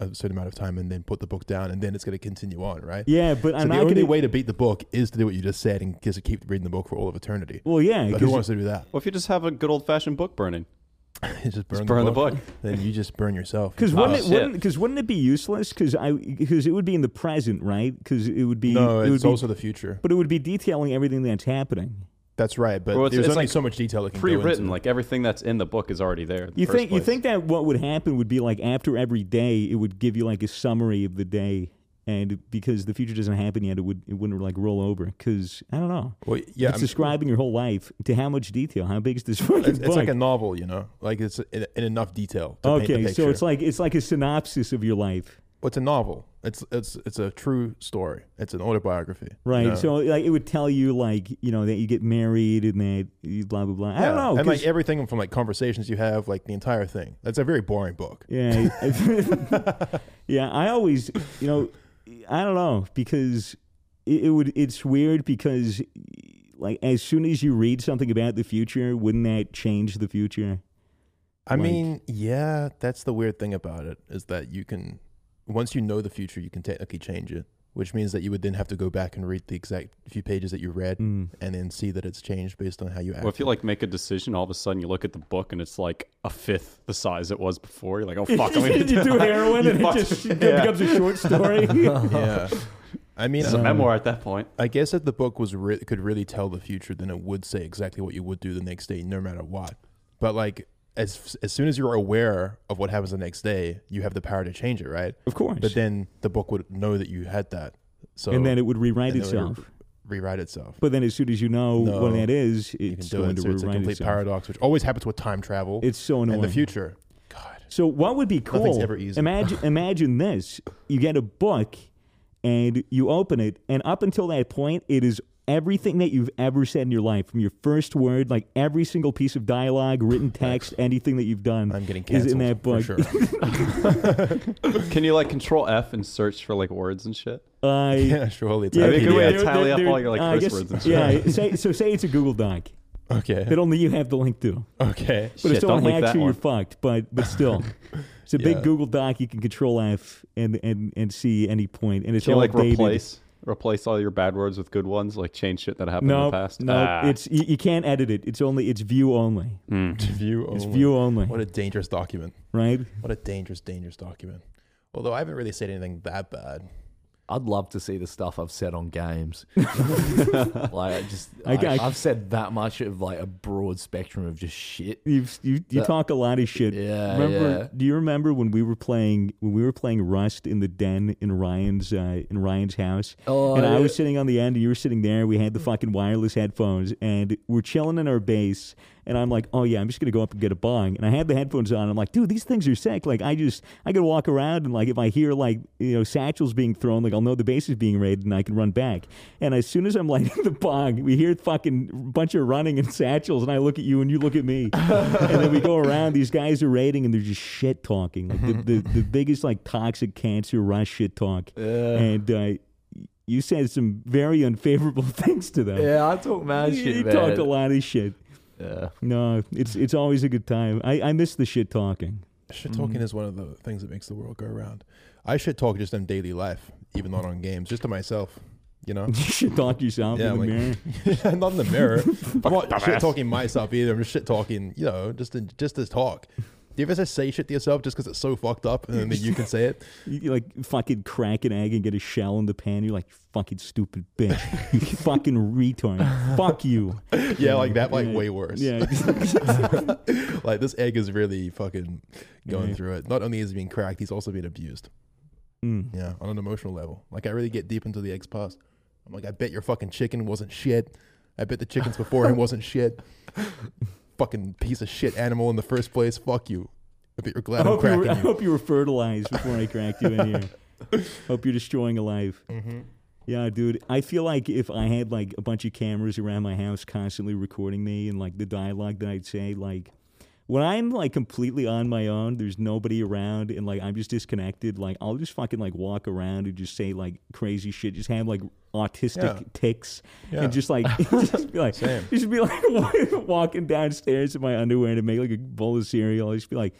Speaker 1: a certain amount of time and then put the book down and then it's going to continue on, right?
Speaker 2: Yeah, but
Speaker 1: So
Speaker 2: I'm
Speaker 1: the
Speaker 2: not
Speaker 1: only
Speaker 2: gonna.
Speaker 1: way to beat the book is to do what you just said and just keep reading the book for all of eternity.
Speaker 2: well, yeah,
Speaker 1: But
Speaker 2: 'cause-
Speaker 1: who wants to do that? *laughs*
Speaker 3: What if you just have a good old fashioned book burning?
Speaker 1: You just burn,
Speaker 3: Just
Speaker 1: the,
Speaker 3: burn the
Speaker 1: book.
Speaker 3: book.
Speaker 1: Then you just burn yourself.
Speaker 2: Because
Speaker 3: Oh,
Speaker 2: wouldn't, it,
Speaker 3: shit.
Speaker 2: wouldn't, *laughs* cause wouldn't it be useless? Because I because it would be in the present, right? Because it would be
Speaker 1: no,
Speaker 2: it would
Speaker 1: it's
Speaker 2: be,
Speaker 1: also the future.
Speaker 2: but it would be detailing everything that's happening.
Speaker 1: That's right, but
Speaker 3: Well, it's-
Speaker 1: there's
Speaker 3: it's
Speaker 1: only
Speaker 3: like
Speaker 1: so much detail that can go
Speaker 3: Pre-written,
Speaker 1: into it.
Speaker 3: like everything that's in the book is already there. in the
Speaker 2: You
Speaker 3: first
Speaker 2: think you
Speaker 3: place.
Speaker 2: think that what would happen would be like after every day, it would give you like a summary of the day, and because the future doesn't happen yet, it would it wouldn't like roll over. Because I don't know,
Speaker 1: Well, yeah,
Speaker 2: it's
Speaker 1: I'm-
Speaker 2: describing your whole life to how much detail? How big is this fucking
Speaker 1: it's, it's
Speaker 2: book?
Speaker 1: like a novel, you know, like it's in, in enough detail. To paint the
Speaker 2: okay,
Speaker 1: picture.
Speaker 2: so it's like it's like a synopsis of your life,
Speaker 1: Well, it's a novel. It's it's it's a true story. It's an autobiography,
Speaker 2: right?
Speaker 1: you know?
Speaker 2: So like it would tell you like you know that you get married and that you blah blah blah. I
Speaker 1: Yeah,
Speaker 2: don't know.
Speaker 1: and like
Speaker 2: 'cause-
Speaker 1: everything from like conversations you have, like the entire thing. That's a very boring book.
Speaker 2: Yeah. *laughs* I- yeah, I always, you know, I don't know because it, it would it's weird because like as soon as you read something about the future, wouldn't that change
Speaker 1: *laughs*
Speaker 2: the future?
Speaker 1: I
Speaker 2: Like-
Speaker 1: mean, yeah, that's the weird thing about it is that you can, once you know the future, you can technically change it, which means that you would then have to go back and read the exact few pages that you read
Speaker 2: Mm.
Speaker 1: and then see that it's changed based on how you act.
Speaker 3: Well, if you like make a decision, all of a sudden you look at the book and it's like a fifth the size it was before. You're like, oh *laughs* fuck, I'm gonna
Speaker 2: *laughs* you
Speaker 3: do
Speaker 2: do
Speaker 3: that.
Speaker 2: heroin
Speaker 3: You
Speaker 2: and it
Speaker 3: fuck-
Speaker 2: just *laughs* it
Speaker 3: yeah.
Speaker 2: becomes a short story.
Speaker 1: *laughs* yeah, I mean,
Speaker 3: It's a
Speaker 1: I,
Speaker 3: memoir at that point.
Speaker 1: I guess if the book was re- could really tell the future, then it would say exactly what you would do the next day, no matter what. But like. As, as soon as you're aware of what happens the next day, you have the power to change it, right?
Speaker 2: of course.
Speaker 1: But then the book would know that you had that. So
Speaker 2: and then it would rewrite
Speaker 1: and then it would
Speaker 2: itself.
Speaker 1: rewrite itself.
Speaker 2: But then as soon as you know
Speaker 1: No.
Speaker 2: what that is,
Speaker 1: you can
Speaker 2: it's
Speaker 1: do
Speaker 2: going
Speaker 1: it.
Speaker 2: to
Speaker 1: So it's a
Speaker 2: rewrite
Speaker 1: complete
Speaker 2: itself.
Speaker 1: paradox, which always happens with time travel
Speaker 2: It's so annoying.
Speaker 1: and the future. God,
Speaker 2: So what would be
Speaker 1: Nothing's
Speaker 2: cool?
Speaker 1: ever easy.
Speaker 3: *laughs*
Speaker 2: Imagine imagine this. You get a book and you open it and up until that point it is everything that you've ever said in your life from your first word like every single piece of dialogue, written text, anything that you've done
Speaker 1: I'm getting
Speaker 2: is
Speaker 1: canceled
Speaker 2: in that book.
Speaker 1: For sure.
Speaker 3: Can you like control F and search for like words and shit?
Speaker 2: *laughs*
Speaker 3: *laughs*
Speaker 2: I
Speaker 1: yeah, surely it's
Speaker 2: yeah,
Speaker 1: on
Speaker 3: That'd be a
Speaker 1: PDF.
Speaker 3: good way to
Speaker 2: there-
Speaker 3: tally
Speaker 2: there-
Speaker 3: up
Speaker 2: there-
Speaker 3: all your, like,
Speaker 2: I
Speaker 3: curse
Speaker 2: guess-
Speaker 3: words and
Speaker 2: Yeah, *laughs* say, so say it's a Google Doc
Speaker 1: Okay,
Speaker 2: that only you have the link to.
Speaker 1: okay.
Speaker 2: But if
Speaker 3: Shit, don't
Speaker 2: someone
Speaker 3: link
Speaker 2: hacks
Speaker 3: that
Speaker 2: you, you're
Speaker 3: one.
Speaker 2: fucked. But
Speaker 3: *laughs*
Speaker 2: but still, it's a big
Speaker 1: Yeah.
Speaker 2: Google Doc. You can Control F and and and see any point, and it's
Speaker 3: Can you
Speaker 2: all
Speaker 3: like
Speaker 2: dated.
Speaker 3: replace replace all your bad words with good ones? Like change shit that happened in
Speaker 2: No,
Speaker 3: the past.
Speaker 2: no,
Speaker 3: Ah.
Speaker 2: it's you, you can't edit it. It's only it's view only.
Speaker 3: Mm.
Speaker 1: View
Speaker 2: *laughs* It's
Speaker 1: only.
Speaker 2: view only,
Speaker 1: Oh What a dangerous document.
Speaker 2: right?
Speaker 1: What a dangerous, dangerous document. Although I haven't really said anything that bad.
Speaker 4: I'd love to see the stuff I've said on *laughs* games. like I just,
Speaker 2: I-
Speaker 4: I,
Speaker 2: I-
Speaker 4: have said that much of like a broad spectrum of just shit.
Speaker 2: You've, you you
Speaker 4: That-
Speaker 2: talk a lot of shit.
Speaker 4: Yeah,
Speaker 2: Remember?
Speaker 4: yeah.
Speaker 2: Do you remember when we were playing when we were playing Rust in the den in Ryan's uh, in Ryan's house?
Speaker 4: Oh,
Speaker 2: and I
Speaker 4: yeah.
Speaker 2: was sitting on the end, and you were sitting there. We had the fucking wireless headphones, and we're chilling in our base. And I'm like, oh yeah, I'm just gonna go up and get a bong. And I had the headphones on. I'm like, dude, these things are sick. Like I just I can walk around and like if I hear like you know satchels being thrown, like I'll know the base is being raided, and I can run back. And as soon as I'm *laughs* lighting the bong, we hear fucking bunch of running and satchels, and I look at you and you look at me, and then we go around. These guys are raiding, and they're just shit talking, like the, the the biggest like toxic cancer rush shit talk. And uh, you said some very unfavorable *laughs* things to them.
Speaker 4: Yeah, I talk mad
Speaker 2: you
Speaker 4: shit.
Speaker 2: you
Speaker 4: man.
Speaker 2: talked a lot of shit.
Speaker 4: Yeah.
Speaker 2: No, it's it's always a good time. I, I miss the shit talking. *laughs*
Speaker 1: Shit
Speaker 2: Mm-hmm.
Speaker 1: talking is one of the things that makes the world go round. I shit talk just in daily life, even not on games, just to myself. You know,
Speaker 2: You shit talk
Speaker 1: *laughs*
Speaker 2: yourself
Speaker 1: Yeah,
Speaker 2: in the
Speaker 1: like-
Speaker 2: mirror.
Speaker 1: not in the
Speaker 2: *laughs*
Speaker 1: mirror. I'm not
Speaker 3: dumbass.
Speaker 1: shit talking myself either. I'm just shit talking, you know, just in, just this talk. Do you ever just say shit to yourself just because it's so fucked up and then you can say
Speaker 2: *laughs*
Speaker 1: it?
Speaker 2: You, you, like fucking crack an egg and get a shell in the pan. You're like "You fucking stupid bitch. you fucking retard. Fuck you.
Speaker 1: Yeah, like that, like
Speaker 2: Yeah.
Speaker 1: way worse. *laughs*
Speaker 2: Yeah. *laughs*
Speaker 1: Like this egg is really fucking going
Speaker 2: Yeah.
Speaker 1: through it. Not only is he being cracked, he's also being abused.
Speaker 2: Mm.
Speaker 1: Yeah, on an emotional level. Like I really get deep into the egg's past. I'm like, I bet your fucking chicken wasn't shit. I bet the chickens before him wasn't
Speaker 2: *laughs*
Speaker 1: shit. fucking piece of shit animal in the first place. Fuck you. I bet you're
Speaker 2: I,
Speaker 1: glad I'm
Speaker 2: hope you
Speaker 1: cracking
Speaker 2: were, I
Speaker 1: you.
Speaker 2: hope you were fertilized before I cracked you in here.
Speaker 1: *laughs*
Speaker 2: hope you're destroying a life.
Speaker 1: Mhm.
Speaker 2: Yeah, dude. I feel like if I had like a bunch of cameras around my house constantly recording me and like the dialogue that I'd say, like when I'm like completely on my own, there's nobody around and like I'm just disconnected, like I'll just fucking like walk around and just say like crazy shit, just have like autistic
Speaker 1: Yeah.
Speaker 2: tics
Speaker 1: Yeah. *laughs*
Speaker 2: and just like *laughs* just be like
Speaker 1: Same.
Speaker 2: just be like *laughs* walking downstairs in my underwear to make like a bowl of cereal. I'll just be like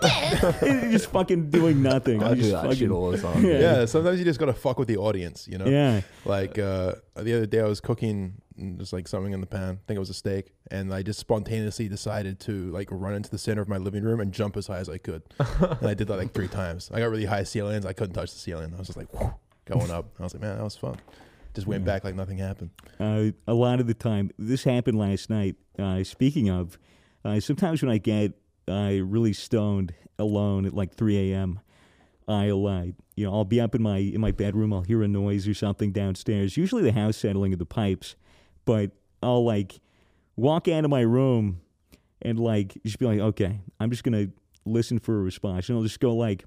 Speaker 2: and just fucking doing nothing.
Speaker 4: I
Speaker 2: I'm
Speaker 4: do
Speaker 2: just
Speaker 4: that
Speaker 2: fucking-
Speaker 4: shit all the time.
Speaker 2: Yeah.
Speaker 1: Yeah, sometimes you just gotta fuck with the audience, you know?
Speaker 2: yeah.
Speaker 1: Like uh, the other day, I was cooking and just like something in the pan. I think it was a steak, and I just spontaneously decided to like run into the center of my living room and jump as high as I could. and I did that like three times. I got really high ceilings. I couldn't touch the ceiling. I was just like whew, going up. I was like, man, that was fun. Just went back like nothing happened.
Speaker 2: uh, a lot of the time. This happened last night. Uh, speaking of, uh, sometimes when I get uh, really stoned alone at like 3 a.m., I'll uh, you know I'll be up in my in my bedroom. I'll hear a noise or something downstairs. Usually the house settling of the pipes, but I'll like walk out of my room and like just be like, okay, I'm just gonna listen for a response, and I'll just go like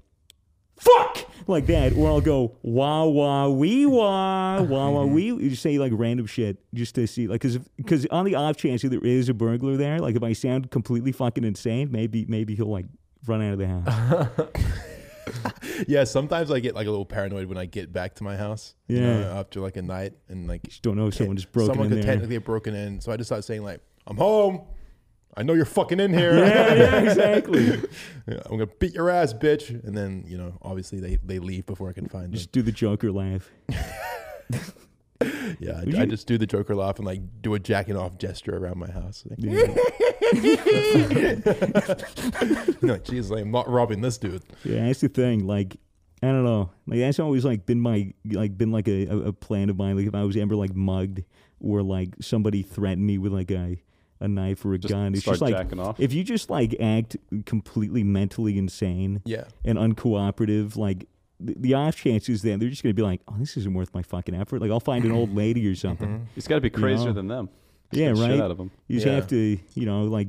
Speaker 2: fuck like that, or I'll go wah wah wee wah wah wah wee. You just say like random shit just to see, like, because because on the off chance that there is a burglar there, like if I sound completely fucking insane, maybe maybe he'll like run out of the house.
Speaker 1: Yeah, sometimes I get like a little paranoid when I get back to my house. you
Speaker 2: Yeah.
Speaker 1: know, after like a night and like
Speaker 2: just don't know if someone just broke
Speaker 1: someone
Speaker 2: in
Speaker 1: could
Speaker 2: there.
Speaker 1: technically have broken in. So I just started saying like, I'm home. I know you're fucking in here.
Speaker 2: *laughs*
Speaker 1: *laughs*
Speaker 2: yeah, *laughs* yeah, exactly.
Speaker 1: Yeah, I'm gonna beat your ass, bitch. And then you know, obviously they, they leave before I can find them.
Speaker 2: Just do the Joker laugh.
Speaker 1: Yeah, I,
Speaker 2: would
Speaker 1: I
Speaker 2: you-
Speaker 1: just do the Joker laugh and like do a jacking off gesture around my house. *laughs* Like, no, jeez, like, I'm not robbing this dude.
Speaker 2: Yeah, that's the thing. Like, I don't know. Like that's always like been my like been like a, a, a plan of mine. Like if I was ever like mugged or like somebody threatened me with like a a knife or a gun, it's
Speaker 3: start
Speaker 2: just like
Speaker 3: jacking off.
Speaker 2: if you just like act completely mentally insane
Speaker 1: Yeah,
Speaker 2: and uncooperative, like the, the off chances that they're just gonna be like, oh, this isn't worth my fucking effort. Like I'll find an old lady
Speaker 3: *laughs*
Speaker 2: or something.
Speaker 3: He's got to be crazier
Speaker 2: know.
Speaker 3: than them. Just
Speaker 2: Yeah,
Speaker 3: Mm-hmm. get the
Speaker 2: right.
Speaker 3: Shit out of
Speaker 2: *laughs*
Speaker 3: him.
Speaker 2: You just
Speaker 1: Yeah.
Speaker 2: have to, you know, like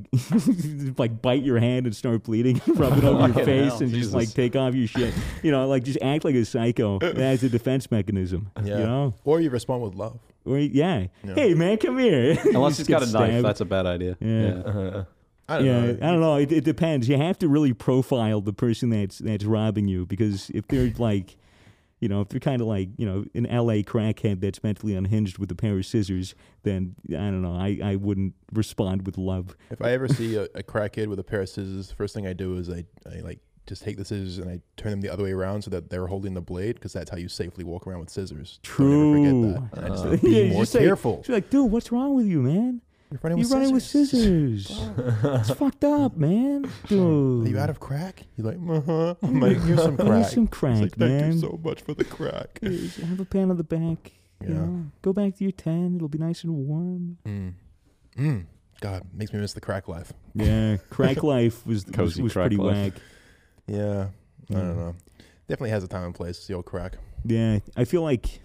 Speaker 2: *laughs* like bite your hand and start bleeding, *laughs* rub it over your
Speaker 3: Fucking
Speaker 2: face,
Speaker 3: hell,
Speaker 2: and just like
Speaker 3: Jesus.
Speaker 2: take off your shit. You know, like just act like
Speaker 3: *laughs*
Speaker 2: a psycho as a defense mechanism.
Speaker 1: yeah.
Speaker 2: You know,
Speaker 1: Or you respond with love.
Speaker 2: or yeah. hey man, come here. *laughs*
Speaker 3: Unless he's
Speaker 2: Just
Speaker 3: got a
Speaker 2: get
Speaker 3: knife,
Speaker 2: stabbed.
Speaker 3: that's a bad idea.
Speaker 2: Yeah.
Speaker 4: *laughs*
Speaker 1: I don't
Speaker 2: yeah,
Speaker 1: know.
Speaker 2: I don't know. It, it depends. You have to really profile the person that's that's robbing you because if they're
Speaker 1: *laughs*
Speaker 2: like, you know, if they're kind of like you know an LA crackhead that's mentally unhinged with a pair of scissors, then I don't know. I I wouldn't respond with love.
Speaker 1: If I ever see a, a crackhead with a pair of scissors, the first thing I do is I, I like just take the scissors and I turn them the other way around so that they're holding the blade because that's how you safely walk around with scissors. Don't ever
Speaker 2: True.
Speaker 1: forget that. And I just like, be
Speaker 2: you
Speaker 1: more
Speaker 2: just say-
Speaker 1: careful.
Speaker 2: She's like, dude, what's wrong with you, man?
Speaker 1: You're running
Speaker 2: You're running with scissors.
Speaker 1: *laughs*
Speaker 2: it's fucked up, man. Dude.
Speaker 1: Are you out of crack? You're like, uh
Speaker 2: *laughs*
Speaker 1: huh. *laughs* I'm like, here's some crack.
Speaker 2: some
Speaker 1: It's
Speaker 2: crack,
Speaker 1: like, Thank
Speaker 2: man."
Speaker 1: you so much for the
Speaker 2: *laughs*
Speaker 1: crack.
Speaker 2: Here's- Have a pan on the back. you
Speaker 1: Yeah.
Speaker 2: know. Go back to your tent. It'll be nice and warm.
Speaker 1: Mm. Mm. God, makes me miss the crack life.
Speaker 2: Yeah. Crack
Speaker 3: *laughs*
Speaker 2: life was was,
Speaker 3: Cozy
Speaker 2: was
Speaker 3: crack
Speaker 2: pretty
Speaker 3: life.
Speaker 2: whack.
Speaker 1: Yeah, I
Speaker 2: Yeah. Mm.
Speaker 1: don't know. Definitely has a time and place. The old crack.
Speaker 2: Yeah. I feel like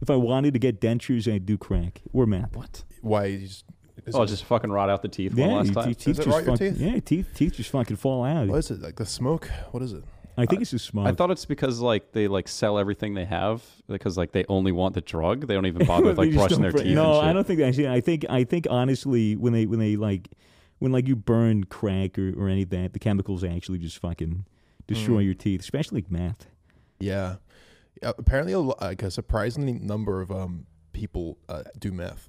Speaker 2: if I wanted to get dentures, I'd do crack or meth.
Speaker 3: What?
Speaker 1: Why? You just, is
Speaker 3: Oh,
Speaker 1: it-
Speaker 3: just fucking rot out the teeth
Speaker 2: Yeah,
Speaker 3: one last
Speaker 2: your
Speaker 3: time.
Speaker 2: te- teeth
Speaker 1: Does it
Speaker 2: just
Speaker 1: rot your
Speaker 2: fuck-
Speaker 1: teeth?
Speaker 2: yeah, teeth teeth just fucking fall out.
Speaker 1: What is it like the smoke? What is it?
Speaker 2: I think it's just smoke.
Speaker 3: I
Speaker 2: *laughs*
Speaker 3: thought it's because like they like sell everything they have because like they only want the drug. They don't even bother
Speaker 2: *laughs*
Speaker 3: with
Speaker 2: They
Speaker 3: like
Speaker 2: just
Speaker 3: brushing
Speaker 2: don't
Speaker 3: their
Speaker 2: br-
Speaker 3: teeth.
Speaker 2: No,
Speaker 3: and shit.
Speaker 2: I don't think that's it. I think I think honestly, when they when they like when like you burn crack or, or any of that, the chemicals actually just fucking
Speaker 3: Hmm.
Speaker 2: destroy your teeth, especially like meth.
Speaker 1: Yeah. Yeah, Apparently, a, lo- like a surprisingly number of um people uh, do meth.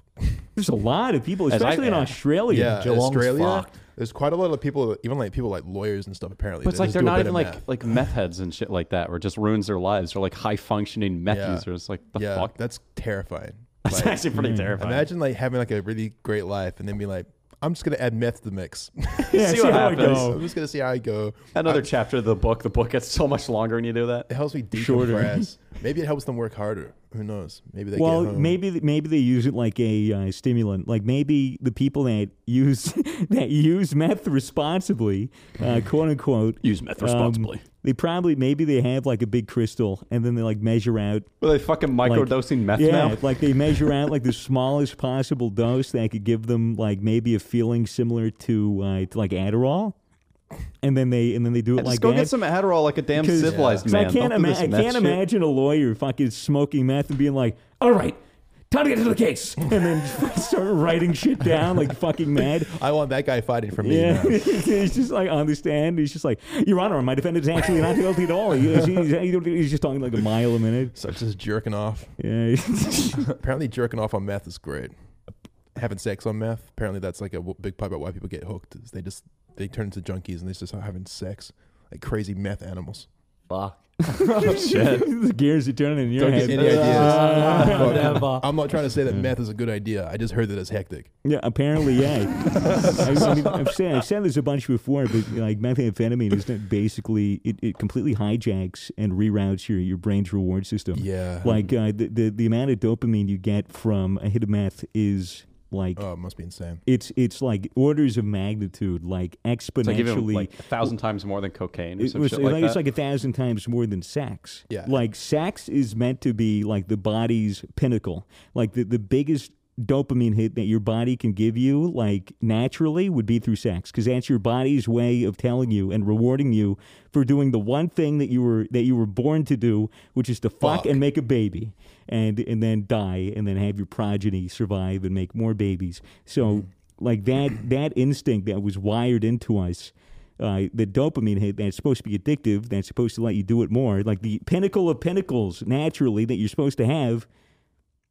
Speaker 2: There's a lot of people,
Speaker 3: As I-
Speaker 2: especially in
Speaker 3: yeah.
Speaker 2: Australia.
Speaker 1: yeah,
Speaker 4: Geelong's
Speaker 1: Australia.
Speaker 4: fucked.
Speaker 1: There's quite a lot of people, that- even like people like lawyers and stuff. Apparently,
Speaker 3: But it's
Speaker 1: they just
Speaker 3: like they're
Speaker 1: do a
Speaker 3: not
Speaker 1: bit
Speaker 3: even
Speaker 1: of
Speaker 3: like
Speaker 1: meth.
Speaker 3: like meth heads and shit like that, where it just ruins their lives. They're like high functioning meth
Speaker 1: Yeah.
Speaker 3: users. Like the
Speaker 1: yeah,
Speaker 3: fuck. *laughs*
Speaker 1: that's terrifying.
Speaker 3: That's
Speaker 1: Like,
Speaker 3: actually
Speaker 2: Mm-hmm.
Speaker 3: pretty terrifying.
Speaker 1: imagine like having like a really great life and then be like, I'm just gonna add meth to the mix.
Speaker 2: *laughs*
Speaker 1: *laughs*
Speaker 2: Yeah,
Speaker 3: See what
Speaker 2: how it
Speaker 3: happens.
Speaker 2: goes.
Speaker 1: I'm just gonna see how I go.
Speaker 3: *laughs* Another chapter of the book. The book gets so much longer when you do that.
Speaker 1: It helps me decompress.
Speaker 2: Shorter.
Speaker 3: *laughs*
Speaker 1: Maybe it helps them work harder. Who knows? Maybe they
Speaker 2: Well,
Speaker 1: get home.
Speaker 2: maybe th- maybe they use it like a uh, stimulant. Like maybe the people that use *laughs* that use meth responsibly,
Speaker 3: *laughs*
Speaker 2: uh, quote unquote,
Speaker 3: Use meth
Speaker 2: um,
Speaker 3: responsibly.
Speaker 2: they probably maybe they have like a big crystal, and then they like measure out
Speaker 3: Were they fucking microdosing meth
Speaker 2: yeah,
Speaker 3: now?
Speaker 2: like they measure
Speaker 3: *laughs*
Speaker 2: out like the smallest possible dose that could give them like maybe a feeling similar to, uh, to like Adderall, and then they and then they do it
Speaker 3: Just
Speaker 2: like
Speaker 3: go
Speaker 2: that.
Speaker 3: get some Adderall like a damn
Speaker 2: 'Cause-
Speaker 3: civilized
Speaker 2: 'cause
Speaker 3: man.
Speaker 2: I can't,
Speaker 3: Don't do
Speaker 2: ima-
Speaker 3: this
Speaker 2: I
Speaker 3: meth
Speaker 2: can't
Speaker 3: shit.
Speaker 2: imagine a lawyer fucking smoking meth and being like, "All right, time to get to the case," *laughs* and then start writing shit down like
Speaker 3: *laughs*
Speaker 2: fucking mad.
Speaker 1: I want that guy fighting for me.
Speaker 2: Yeah,
Speaker 1: now.
Speaker 2: *laughs* he's just like on the stand. He's just like, "Your Honor, my defendant is actually not guilty at all. He's, he's, he's just talking like a mile a minute."
Speaker 1: Such as jerking off.
Speaker 2: Yeah. *laughs*
Speaker 1: Apparently, jerking off on meth is great. Having sex on meth. Apparently, that's like a w- big part about why people get hooked. Is they just they turn into junkies and they just start having sex like crazy meth animals.
Speaker 4: Um, Fuck. *laughs*
Speaker 2: the gears are turning in your
Speaker 1: Don't
Speaker 2: head.
Speaker 1: get
Speaker 2: *laughs*
Speaker 1: any ideas. Fuck.
Speaker 4: never.
Speaker 1: I'm not trying to say that meth is a good idea. I just heard that it's hectic.
Speaker 2: Yeah, apparently,
Speaker 3: *laughs*
Speaker 2: yeah. I, I mean, I've said I've said this a bunch before, but like methamphetamine is not basically it, it completely hijacks and reroutes your, your brain's reward system.
Speaker 1: Yeah.
Speaker 2: Like
Speaker 3: Um,
Speaker 2: uh, the, the the amount of dopamine you get from a hit of meth is like
Speaker 1: Oh, it must be
Speaker 2: *laughs*
Speaker 1: insane. *laughs*
Speaker 2: it's it's like orders of magnitude, like
Speaker 3: It's like even
Speaker 2: exponentially.
Speaker 3: like a thousand times more than cocaine or
Speaker 2: It
Speaker 3: some
Speaker 2: was-
Speaker 3: shit
Speaker 2: it's
Speaker 3: like
Speaker 2: like- it's
Speaker 3: that.
Speaker 2: like a thousand times more than sex.
Speaker 1: Yeah.
Speaker 2: Like sex is meant to be like the body's pinnacle. Like the, the biggest dopamine hit that your body can give you, like naturally, would be through sex. Because that's your body's way of telling you and rewarding you for doing the one thing that you were that you were born to do, which is to fuck,
Speaker 1: Fuck.
Speaker 2: and make a baby. And and then die and then have your progeny survive and make more babies. So like that that instinct that was wired into us uh, the dopamine hit that's supposed to be addictive, that's supposed to let you do it more, like the pinnacle of pinnacles naturally that you're supposed to have.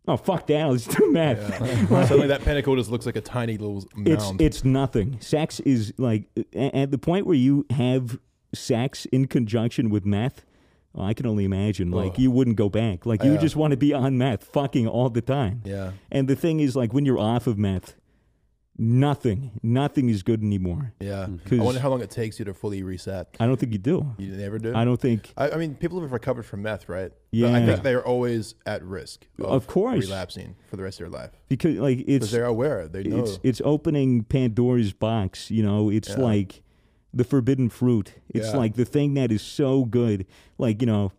Speaker 2: Oh fuck that! Let's do math. *laughs*
Speaker 1: Suddenly that pinnacle just looks like a tiny little mound.
Speaker 2: It's it's nothing. Sex is like a- at the point where you have sex in conjunction with meth. well, I can only imagine. Like you wouldn't go back. Like you
Speaker 1: Yeah.
Speaker 2: just want to be on meth, fucking all the time.
Speaker 1: yeah.
Speaker 2: And the thing is, like when you're off of meth, nothing, nothing is good anymore.
Speaker 1: Yeah. I
Speaker 2: 'Cause-
Speaker 1: wonder how long it takes you to fully reset.
Speaker 2: I don't think you do.
Speaker 1: You never do?
Speaker 2: I don't think.
Speaker 1: I, I mean, people have recovered from meth, right? But I
Speaker 2: Yeah.
Speaker 1: think they're always at risk of,
Speaker 2: Of course.
Speaker 1: relapsing for the rest of their life
Speaker 2: because like
Speaker 1: because
Speaker 2: it's
Speaker 1: they're aware. They know.
Speaker 2: it's it's opening Pandora's box. You know, it's
Speaker 1: Yeah.
Speaker 2: like the forbidden fruit. It's
Speaker 1: Yeah.
Speaker 2: like the thing that is so good. Like you know,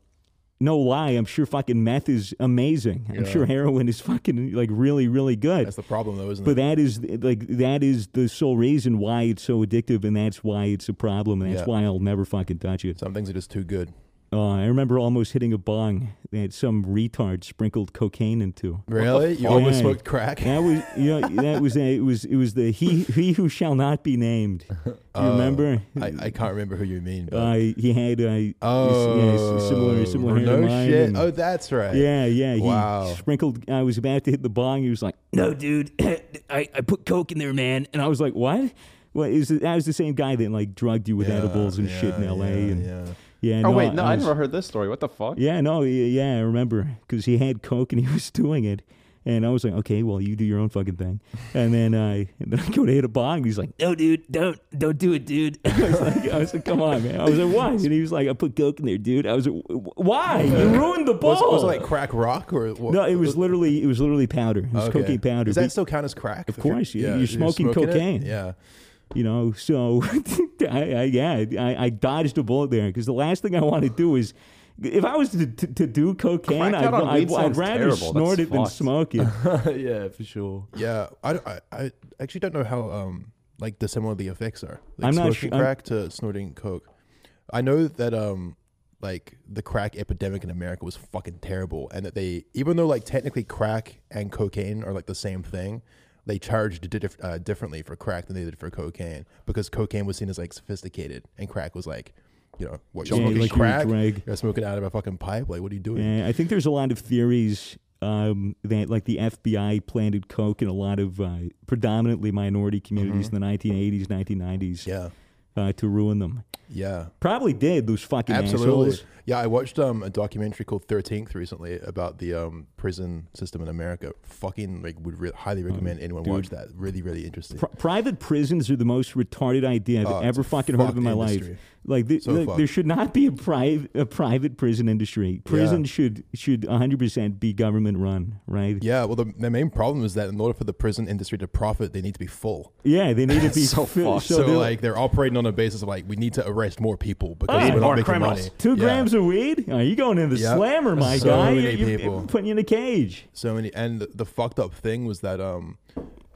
Speaker 2: no lie, I'm sure fucking meth is amazing. I'm
Speaker 1: Yeah.
Speaker 2: sure heroin is fucking like really really good.
Speaker 1: That's the problem, though, isn't
Speaker 2: but
Speaker 1: it?
Speaker 2: that is like that is the sole reason why it's so addictive, and that's why it's a problem, and that's
Speaker 1: Yeah.
Speaker 2: why I'll never fucking touch it.
Speaker 1: Some things are just too good.
Speaker 2: Uh, I remember almost hitting a bong that some retard sprinkled cocaine into.
Speaker 1: Really? You
Speaker 2: fuck?
Speaker 1: always
Speaker 2: Yeah.
Speaker 1: smoked crack?
Speaker 2: That was you know, that was a, it was it was the he he who shall not be named. You remember?
Speaker 1: Oh, I, I can't remember who you mean. But.
Speaker 2: uh, he had uh,
Speaker 1: oh,
Speaker 2: yes, yes, similar similar hair to
Speaker 1: no
Speaker 2: mine.
Speaker 1: shit.
Speaker 2: and-
Speaker 1: Oh, that's right.
Speaker 2: yeah, yeah. He
Speaker 1: Wow.
Speaker 2: sprinkled. I was about to hit the bong. He was like, "No, dude, *coughs* I, I put coke in there, man." And I was like, "What?" Well, is it, that was the same guy that like drugged you with
Speaker 1: Yeah,
Speaker 2: edibles and shit in
Speaker 1: yeah,
Speaker 2: L.A.
Speaker 1: yeah,
Speaker 2: and yeah,
Speaker 1: yeah.
Speaker 3: oh
Speaker 2: no,
Speaker 3: wait, no, I,
Speaker 2: was-
Speaker 3: never heard this story. What the fuck?
Speaker 2: yeah, no, y- yeah, I remember because he had coke and he *laughs* was doing it, and I was like, okay, well, you do your own fucking thing, and then I and then I go to hit a bong, and he's like, no, dude, don't, don't do it, dude. *laughs* I was like, I was like, come on, man. I was like, why? And he was like, I put coke in there, dude. I was like, "Wh- wh-
Speaker 1: *laughs*
Speaker 2: why? You ruined the ball.
Speaker 1: Was, was it like crack rock or what?
Speaker 2: no, it was literally, it was literally powder. It was
Speaker 1: Okay.
Speaker 2: cocaine powder.
Speaker 1: Does that still count as crack?
Speaker 2: Of
Speaker 1: If you're-
Speaker 2: course, you-
Speaker 1: yeah,
Speaker 2: you're smoking
Speaker 1: it?
Speaker 2: cocaine.
Speaker 1: Yeah.
Speaker 2: you know so *laughs* I, I yeah I, I dodged a bullet there because the last thing i want to do is if i was to, to, to do cocaine
Speaker 3: Crack
Speaker 2: i'd,
Speaker 3: out on
Speaker 2: I'd-
Speaker 3: weed
Speaker 2: I'd
Speaker 3: sounds
Speaker 2: rather
Speaker 3: terrible. That's
Speaker 2: snort it than
Speaker 3: fucked. *laughs*
Speaker 2: smoke it
Speaker 4: yeah, for sure.
Speaker 1: Yeah, I, don't- I, I actually don't know how um like dissimilar the effects are. Like
Speaker 2: I'm not
Speaker 1: smoking
Speaker 2: su- I'm-
Speaker 1: crack to snorting coke. I know that um like the crack epidemic in America was fucking terrible, and that they even though like technically crack and cocaine are like the same thing, they charged di- dif- uh, differently for crack than they did for cocaine because cocaine was seen as like sophisticated and crack was like. You know what? You're
Speaker 2: Yeah,
Speaker 1: smoking
Speaker 2: like you were
Speaker 1: crack.
Speaker 2: drag.
Speaker 1: You're smoking out of a fucking pipe. Like, what are you doing?
Speaker 2: Yeah, I think there's a lot of theories um, that like the FBI planted coke in a lot of uh, predominantly minority communities
Speaker 3: Mm-hmm.
Speaker 2: in the 1980s, 1990s
Speaker 1: Yeah,
Speaker 2: uh, to ruin them.
Speaker 1: yeah.
Speaker 2: Probably did those fucking
Speaker 1: Absolutely.
Speaker 2: assholes.
Speaker 1: Yeah, I watched um, a documentary called Thirteenth recently about the um, prison system in America. Fucking like, would re- highly
Speaker 2: Mm,
Speaker 1: recommend anyone watch that. Really, really interesting.
Speaker 2: Pri- private prisons are the most retarded idea I've
Speaker 1: Oh, it's
Speaker 2: ever
Speaker 1: a
Speaker 2: fucking heard of in
Speaker 1: fucked
Speaker 2: my life.
Speaker 1: industry.
Speaker 2: Like, th-
Speaker 1: So
Speaker 2: like,
Speaker 1: fucked.
Speaker 2: there should not be a private a private prison industry. Prison should should 100% be government run, right?
Speaker 1: yeah, well, the, the main problem is that in order for the prison industry to profit, they need to be full.
Speaker 2: Yeah, they need to be
Speaker 3: So
Speaker 2: fi-
Speaker 1: *laughs*
Speaker 3: fucked.
Speaker 1: So,
Speaker 2: they're-
Speaker 1: like, they're operating on a basis of like, we need to arrest more people because
Speaker 2: Ah.
Speaker 1: we're
Speaker 3: More
Speaker 1: not making
Speaker 3: criminals.
Speaker 1: money.
Speaker 2: Two
Speaker 1: Yeah.
Speaker 2: grams of weed? Oh, you going in the
Speaker 1: Yep.
Speaker 2: slammer, my
Speaker 1: So
Speaker 2: guy?
Speaker 1: many
Speaker 2: You're,
Speaker 1: people.
Speaker 2: putting you in a cage.
Speaker 1: So many, and the, the fucked up thing was that, um,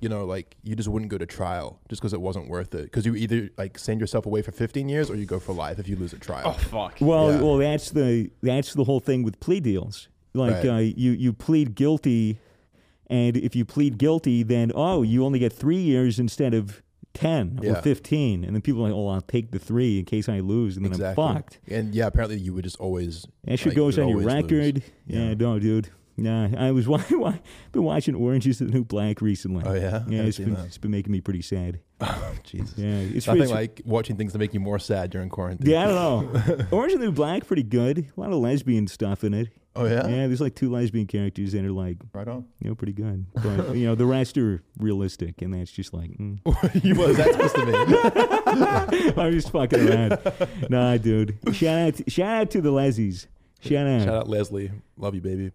Speaker 1: you know, like you just wouldn't go to trial just because it wasn't worth it. Because you either like send yourself away for 15 years or you go for life if you lose at
Speaker 3: Oh
Speaker 1: trial.
Speaker 3: fuck.
Speaker 2: Well,
Speaker 1: Yeah.
Speaker 2: well, that's the that's the whole thing with plea deals. Like
Speaker 1: Right.
Speaker 2: uh, you you plead guilty, and if you plead guilty, then oh, you only get three years instead of ten or
Speaker 1: Yeah.
Speaker 2: fifteen, and then people are like, oh, I'll take the three in case I lose, and then I'm fucked.
Speaker 1: And yeah, apparently you would just always
Speaker 2: That shit
Speaker 1: like,
Speaker 2: goes
Speaker 1: you
Speaker 2: on your
Speaker 1: always lose.
Speaker 2: record. Yeah, no, dude. Nah, I was *laughs* wa- wa- been watching Orange is the New Black recently.
Speaker 1: Oh, yeah? I
Speaker 2: yeah,
Speaker 1: haven't
Speaker 2: it's
Speaker 1: seen
Speaker 2: been,
Speaker 1: that. Oh,
Speaker 2: it's been making me pretty
Speaker 1: *laughs*
Speaker 2: sad.
Speaker 1: Jesus.
Speaker 2: Yeah, it's
Speaker 1: Nothing
Speaker 2: it's-
Speaker 1: like watching things that make you more sad during quarantine.
Speaker 2: Yeah, I don't
Speaker 1: *laughs*
Speaker 2: know. Orange and the New Black, pretty good. A lot of lesbian stuff in it.
Speaker 1: Oh yeah.
Speaker 2: Yeah, there's like two lesbian characters that are like,
Speaker 1: Right on. *laughs*
Speaker 2: you know, pretty good. But, you know, the rest are realistic, and that's just like, mm. *laughs*
Speaker 1: you was that supposed to mean?
Speaker 2: I'm just fucking around. nah, dude. Shout out, shout out to the lesbies. Shout out.
Speaker 1: Shout out Leslie. Love you, baby.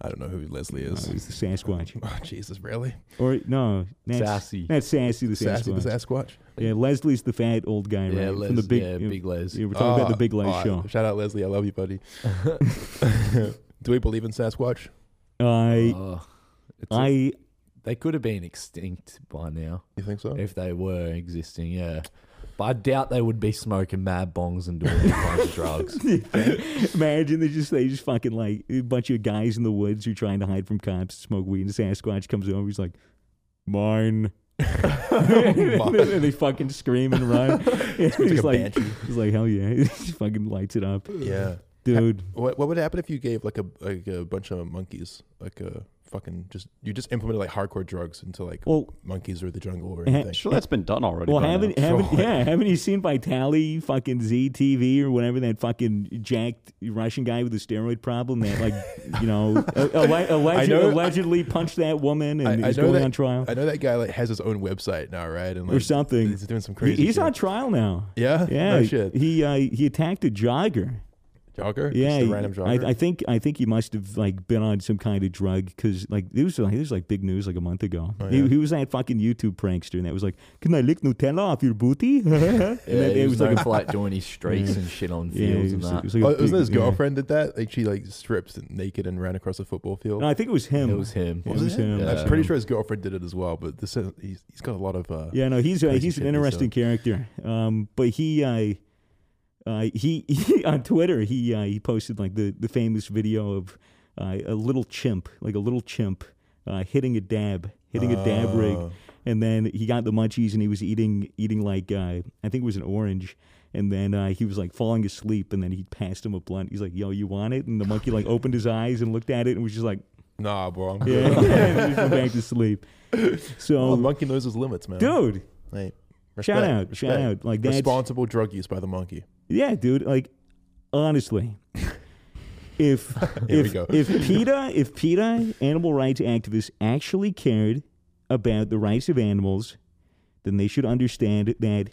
Speaker 1: I don't know who Leslie
Speaker 2: Oh,
Speaker 1: is.
Speaker 2: he's the Sasquatch.
Speaker 1: *laughs* Oh, Jesus, really?
Speaker 2: Or, no, that's,
Speaker 4: Sassy.
Speaker 2: That's Sassy the Sasquatch.
Speaker 1: Sassy the Sasquatch.
Speaker 2: Yeah, Leslie's the fat old guy,
Speaker 4: Yeah,
Speaker 2: right?
Speaker 4: Les,
Speaker 2: From the big,
Speaker 4: yeah,
Speaker 2: you know,
Speaker 4: big Les.
Speaker 2: yeah, we're talking about the Big Les
Speaker 1: oh,
Speaker 2: show.
Speaker 1: Shout out Leslie. I love you, buddy. *laughs* Do we believe in Sasquatch?
Speaker 2: I,
Speaker 4: Oh, it's a-
Speaker 2: I,
Speaker 4: they could have been extinct by now
Speaker 1: You think so? *laughs*
Speaker 4: if *laughs* they were existing. Yeah, but I doubt they would be smoking mad bongs and doing all kinds of drugs.
Speaker 2: *laughs* Imagine they just they just fucking like a bunch of guys in the woods who are trying to hide from cops, smoke weed, and Sasquatch comes over. He's like,
Speaker 1: *laughs*
Speaker 2: "Mine!" *laughs* and
Speaker 1: Mine.
Speaker 2: they fucking scream and
Speaker 1: *laughs*
Speaker 2: run. he's
Speaker 1: a
Speaker 2: like,
Speaker 1: banshee.
Speaker 2: he's like, "Hell yeah!" *laughs* he fucking lights it up,
Speaker 1: Yeah.
Speaker 2: dude.
Speaker 1: What What would happen if you gave like a like a bunch of monkeys like a fucking just you just implemented like hardcore drugs into like
Speaker 2: Well,
Speaker 1: monkeys or the jungle or
Speaker 2: ha-
Speaker 1: anything?
Speaker 3: Sure, that's been done already.
Speaker 2: well,
Speaker 3: by now.
Speaker 2: haven't haven't *laughs*
Speaker 1: Troy.
Speaker 2: yeah haven't you seen Vitaly fucking ZTV or whatever that fucking jacked Russian guy with the steroid problem that like
Speaker 1: *laughs*
Speaker 2: you know alle- alleged,
Speaker 1: know-
Speaker 2: allegedly punched that woman and
Speaker 1: I, I
Speaker 2: is
Speaker 1: know
Speaker 2: going
Speaker 1: that,
Speaker 2: on trial?
Speaker 1: I know that guy like has his own website now, right? And
Speaker 2: Or
Speaker 1: like,
Speaker 2: something.
Speaker 1: He's doing some
Speaker 2: He-
Speaker 1: crazy.
Speaker 2: he's
Speaker 1: shit.
Speaker 2: on trial now.
Speaker 1: Yeah?
Speaker 2: Yeah.
Speaker 1: *laughs* No shit.
Speaker 2: He uh, he attacked a jogger.
Speaker 1: jogger.
Speaker 2: Yeah,
Speaker 1: just a
Speaker 2: he-
Speaker 1: random jogger.
Speaker 2: I, I think I think he must have like been on some kind of drug because like it was like it was like big news like a month ago.
Speaker 1: Oh, yeah.
Speaker 2: he, he was that fucking YouTube prankster that was like, "Can I lick Nutella off your booty?" *laughs* And then
Speaker 4: Yeah,
Speaker 2: it
Speaker 4: he
Speaker 2: was *laughs* like, a-
Speaker 4: for like joining streaks and shit on
Speaker 2: yeah,
Speaker 4: fields
Speaker 2: it
Speaker 4: and
Speaker 2: was,
Speaker 4: that.
Speaker 2: it was like a
Speaker 1: Oh, wasn't
Speaker 2: big-
Speaker 1: his
Speaker 2: yeah.
Speaker 1: girlfriend did that? Like she like stripped naked and ran across a football field.
Speaker 2: No, I think it was him.
Speaker 4: it was him.
Speaker 2: Yeah. it was him.
Speaker 1: I'm
Speaker 4: Yeah.
Speaker 1: pretty sure his girlfriend did it as well. But this is, he's, he's got a lot of uh,
Speaker 2: Yeah, no, he's uh,
Speaker 1: Crazy
Speaker 2: he's an
Speaker 1: shit they
Speaker 2: interesting character. Um, but he uh, uh, he, *laughs* he on Twitter he uh, he posted like the, the famous video of uh, a little chimp, like a little chimp uh, hitting a dab, hitting a dab rig,
Speaker 1: Oh.
Speaker 2: and then he got the munchies and he was eating eating like uh, I think it was an orange. And then uh, he was like falling asleep, and then he passed him a blunt. He's like, "Yo, you want it?" And the monkey like opened his eyes and looked at it, and was just like, *laughs*
Speaker 1: nah, bro. I'm
Speaker 2: "Yeah," *laughs*
Speaker 1: good.
Speaker 2: and then just went back
Speaker 1: *laughs*
Speaker 2: to sleep.
Speaker 1: Well,
Speaker 2: So,
Speaker 1: monkey knows his limits, man.
Speaker 2: dude,
Speaker 1: Hey, respect,
Speaker 2: Shout out, shout
Speaker 1: respect.
Speaker 2: out. Like that's
Speaker 1: Responsible drug use by the monkey.
Speaker 2: yeah, dude. Like honestly, if
Speaker 1: *laughs* Here we
Speaker 2: if
Speaker 1: go.
Speaker 2: if PETA if PETA animal rights activists actually cared about the rights of animals, then they should understand that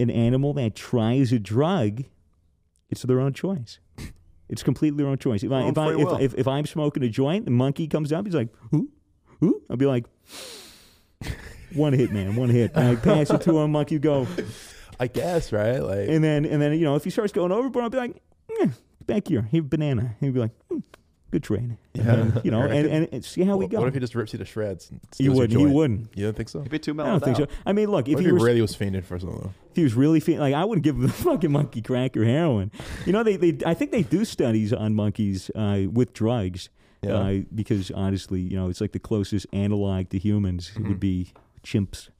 Speaker 2: an animal that tries a drug, it's their own choice. It's completely their own choice. If I
Speaker 3: Own
Speaker 2: if I
Speaker 3: free will.
Speaker 2: if, if, if I'm smoking a joint, the monkey comes up, he's like, who, who? I'll be like. One hit, man. One hit.
Speaker 1: *laughs*
Speaker 2: I pass it to him. Monkey go.
Speaker 1: I guess, right? Like,
Speaker 2: And then and then you know if he starts going overboard, I'll be like, "Eh, back here, here banana. He'd be like, "Mm, good trade. And then,
Speaker 1: *laughs*
Speaker 2: you know, and, and, and see how we
Speaker 1: what,
Speaker 2: go.
Speaker 1: what if he just rips you to shreds? And steals
Speaker 2: He
Speaker 1: your
Speaker 2: wouldn't. He
Speaker 1: joint?
Speaker 2: wouldn't.
Speaker 1: You don't think so?
Speaker 3: You'd be too
Speaker 2: I
Speaker 3: mellowed
Speaker 2: don't think so.
Speaker 3: out.
Speaker 2: I mean, look, if
Speaker 1: What if
Speaker 2: he
Speaker 1: he
Speaker 2: was
Speaker 1: really was fiending for something?
Speaker 2: if he was really feeling like I wouldn't give him the *laughs* fucking monkey crack or heroin. You know, they, they I think they do studies on monkeys uh, with drugs
Speaker 1: Yeah.
Speaker 2: uh, because honestly, you know, it's like the closest analog to humans
Speaker 1: Mm-hmm.
Speaker 2: would be chimps.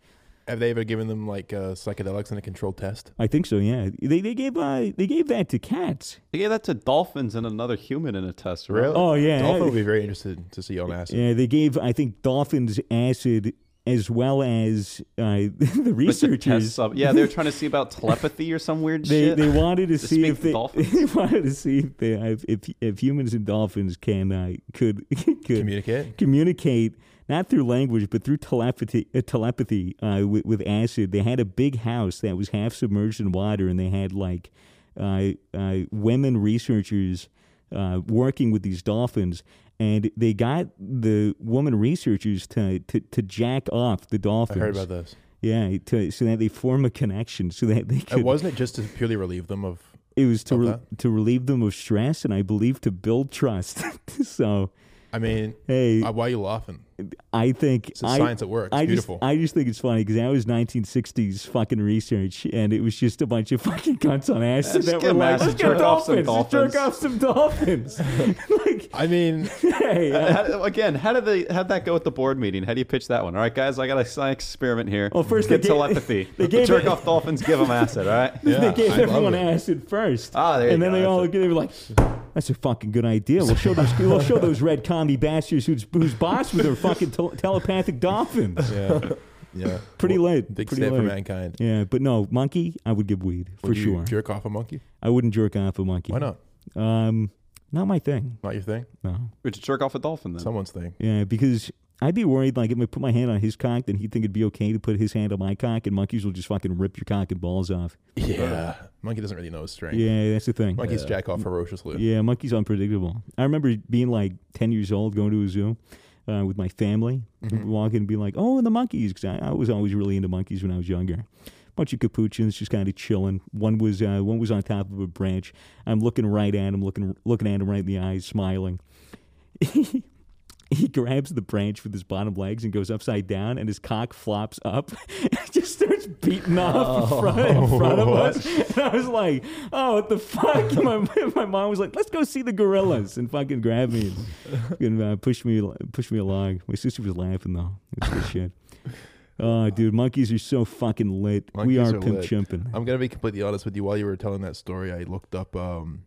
Speaker 1: Have they ever given them like uh, psychedelics in a controlled test?
Speaker 2: I think so. Yeah, they they gave uh, they gave that to cats.
Speaker 3: They gave that to dolphins and another human in a test. right?
Speaker 1: Really?
Speaker 2: Oh yeah,
Speaker 1: Dolphin would be very interested to see you on acid.
Speaker 2: Yeah, they gave I think dolphins acid as well as uh, *laughs* the
Speaker 3: But to
Speaker 2: researchers.
Speaker 3: test some- yeah, they were trying to see about telepathy or some weird
Speaker 2: *laughs* They,
Speaker 3: shit.
Speaker 2: they wanted to
Speaker 3: To
Speaker 2: see
Speaker 3: speak
Speaker 2: if
Speaker 3: to
Speaker 2: they, *laughs*
Speaker 3: dolphins?
Speaker 2: they wanted to see if they if if, if humans and dolphins can uh, could *laughs* could
Speaker 1: Communicate?
Speaker 2: communicate not through language but through telepathy uh, telepathy uh, with, with acid. They had a big house that was half submerged in water, and they had like uh, uh, women researchers uh, working with these dolphins. And they got the woman researchers to, to, to jack off the
Speaker 1: I
Speaker 2: dolphins.
Speaker 1: heard about this.
Speaker 2: Yeah, to, so that they form a connection, so that they could.
Speaker 1: And wasn't it just to purely relieve them of?
Speaker 2: it was to
Speaker 1: Love
Speaker 2: re- to relieve them of stress, and I believe to build trust. *laughs* so
Speaker 1: I mean,
Speaker 2: hey,
Speaker 1: uh, why are you laughing?
Speaker 2: I think
Speaker 1: It's a
Speaker 2: I-
Speaker 1: science at work. It's
Speaker 2: I
Speaker 1: beautiful.
Speaker 2: Just, I just think it's funny because that was 1960s fucking research, and it was just a bunch of fucking cunts on acid
Speaker 3: Let's
Speaker 2: that
Speaker 3: get
Speaker 2: were like,
Speaker 3: massive
Speaker 2: let's get
Speaker 3: jerk off some
Speaker 2: dolphins, let's jerk off
Speaker 3: *laughs*
Speaker 2: some dolphins. *laughs* like,
Speaker 1: I
Speaker 2: *laughs*
Speaker 1: mean,
Speaker 2: hey, uh,
Speaker 3: How- again, how did they how that go at the board meeting? How do you pitch that one? All right, guys, I got a science experiment here.
Speaker 2: Well, first
Speaker 3: get
Speaker 2: they gave-
Speaker 3: telepathy.
Speaker 2: *laughs* they gave
Speaker 3: jerk
Speaker 2: it-
Speaker 3: off
Speaker 2: *laughs*
Speaker 3: dolphins, give them acid. All right.
Speaker 1: yeah,
Speaker 2: they gave
Speaker 1: I love
Speaker 2: everyone
Speaker 1: it.
Speaker 2: acid first.
Speaker 3: Ah, there you
Speaker 2: and then
Speaker 3: go,
Speaker 2: they all
Speaker 3: that's
Speaker 2: they were like, That's a fucking good idea. We'll show those, we'll show those red commie bastards who's, who's boss with their fucking tel- telepathic dolphins.
Speaker 1: Yeah, yeah.
Speaker 2: Pretty
Speaker 1: Well,
Speaker 2: late.
Speaker 1: Big
Speaker 2: pretty
Speaker 1: step for
Speaker 2: late.
Speaker 1: mankind.
Speaker 2: Yeah, but no, monkey, I would give weed for
Speaker 1: Would you
Speaker 2: sure.
Speaker 1: Jerk off a monkey?
Speaker 2: I wouldn't jerk off a monkey.
Speaker 1: Why not?
Speaker 2: Um, not my thing.
Speaker 1: Not your thing.
Speaker 2: No.
Speaker 3: Would you jerk off a
Speaker 2: Uh,
Speaker 3: dolphin then?
Speaker 1: Someone's thing.
Speaker 2: Yeah, because I'd be worried like if I put my hand on his cock, then he'd think it'd be okay to put his hand on my cock, and monkeys will just fucking rip your cock and balls off.
Speaker 1: Yeah. Uh, Monkey doesn't really know his strength.
Speaker 2: Yeah, that's the thing.
Speaker 1: Monkeys jack off ferociously.
Speaker 2: Yeah, monkeys unpredictable. I remember being like ten years old, going to a zoo uh, with my family, We'd walking and being like, "Oh, and the monkeys!" Because I, I was always really into monkeys when I was younger. Bunch of capuchins just kind of chilling. One was uh, one was on top of a branch. I'm looking right at him, looking looking at him right in the eyes, smiling. he grabs the branch with his bottom legs and goes upside down, and his cock flops up. *laughs* and just starts beating off in front,
Speaker 1: Oh.
Speaker 2: in front of us.
Speaker 1: *laughs*
Speaker 2: And I was like, "Oh, what the fuck!" And my, *laughs* my mom was like, "Let's go see the gorillas," and fucking grabbed me and, fucking, uh, pushed me pushed me along. My sister was laughing though. It's good shit. Oh, dude, monkeys are so fucking lit. we
Speaker 1: Monkeys
Speaker 2: are,
Speaker 1: are
Speaker 2: pimp
Speaker 1: lit.
Speaker 2: chimping.
Speaker 1: I'm gonna be completely honest with you. While you were telling that story, I looked up um,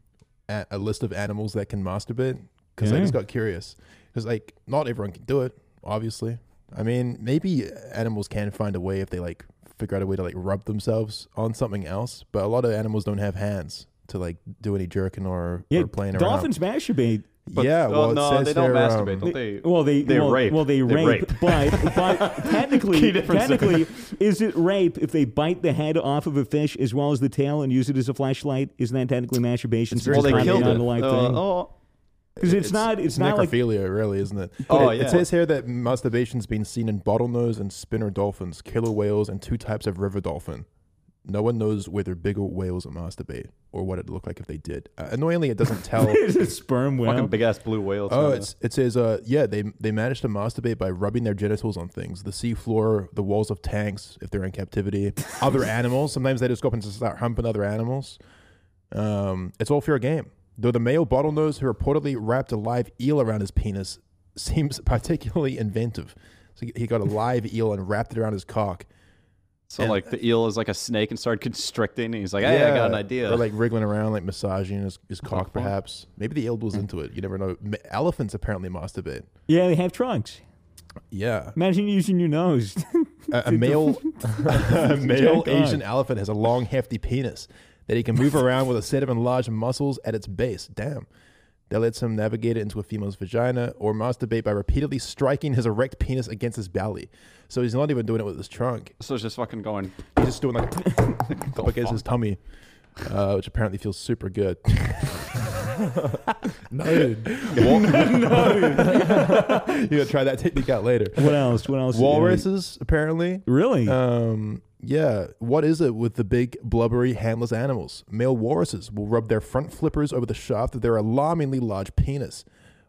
Speaker 1: a, a list of animals that can masturbate because I
Speaker 2: Yeah.
Speaker 1: just got curious. Because like, not everyone can do it. Obviously, I mean, maybe animals can find a way if they like figure out a way to like rub themselves on something else. But a lot of animals don't have hands to like do any jerking or,
Speaker 2: Yeah,
Speaker 1: or playing
Speaker 2: dolphins uh, masturbate.
Speaker 1: around.
Speaker 3: But-
Speaker 1: yeah,
Speaker 3: oh,
Speaker 1: well, it
Speaker 3: no,
Speaker 1: says
Speaker 3: they don't
Speaker 1: here,
Speaker 3: masturbate.
Speaker 1: um,
Speaker 3: don't they?
Speaker 2: Well, they
Speaker 3: They
Speaker 2: well,
Speaker 3: rape.
Speaker 2: Well, they
Speaker 3: They
Speaker 2: rape,
Speaker 3: rape.
Speaker 2: *laughs* but but technically,
Speaker 3: Key difference.
Speaker 2: technically, is it rape if they bite the head off of a fish as well as the tail and use it as a flashlight? Isn't that technically masturbation?
Speaker 1: very
Speaker 3: well, they
Speaker 1: probably
Speaker 3: killed
Speaker 1: not
Speaker 3: it.
Speaker 2: a live
Speaker 3: Uh,
Speaker 2: thing.
Speaker 3: oh,
Speaker 2: Because it's, not. It's not like.
Speaker 1: necrophilia, really, isn't it?
Speaker 3: Oh,
Speaker 1: it,
Speaker 3: yeah.
Speaker 1: It says here that masturbation's been seen in bottlenose and spinner dolphins, killer whales, and two types of river dolphin. No one knows whether bigger whales masturbate or what it'd look like if they did. Uh, annoyingly, it *laughs* doesn't tell.
Speaker 2: *laughs* It's a sperm
Speaker 3: fucking
Speaker 2: whale.
Speaker 3: big ass blue whale.
Speaker 1: Oh, it's, it says, uh, yeah, they they manage to masturbate by rubbing their genitals on things, the seafloor, the walls of tanks, if they're in
Speaker 3: *laughs*
Speaker 1: captivity, other animals. Sometimes they just go up and just start humping other animals. Um, it's all fair game. Though the male bottlenose who reportedly wrapped a live eel around his penis *laughs* seems particularly inventive. So he- he
Speaker 3: *laughs*
Speaker 1: got a live eel and wrapped it around his cock.
Speaker 3: so
Speaker 1: and-
Speaker 3: like the eel is like a snake and started constricting, and he's like, "Hey, I got an idea."
Speaker 1: Or like wriggling around, like massaging his, his cock, perhaps. Maybe the eel
Speaker 3: Hmm.
Speaker 1: was into it. You never know. Ma- Elephants apparently masturbate.
Speaker 2: Yeah, they have trunks.
Speaker 1: Yeah.
Speaker 2: Imagine using your nose. *laughs*
Speaker 1: a, a *laughs* male, a male
Speaker 2: Jack on.
Speaker 1: Asian elephant has a long, hefty penis that he can move around with a set of enlarged muscles at its base. Damn. That lets him navigate it into a female's vagina or masturbate by repeatedly striking his erect penis against his belly. So he's not even doing it with his trunk.
Speaker 3: so it's just fucking going.
Speaker 1: He's just *laughs* doing like up against his tummy, uh, which apparently feels super *laughs* good. *laughs*
Speaker 4: Noted.
Speaker 1: you gotta try that technique out later.
Speaker 2: what else? What else?
Speaker 1: Walruses, apparently,
Speaker 2: Really?
Speaker 1: Um, yeah. What is it with the big, blubbery, handless animals? Male walruses will rub their front flippers over the shaft of their alarmingly large penis,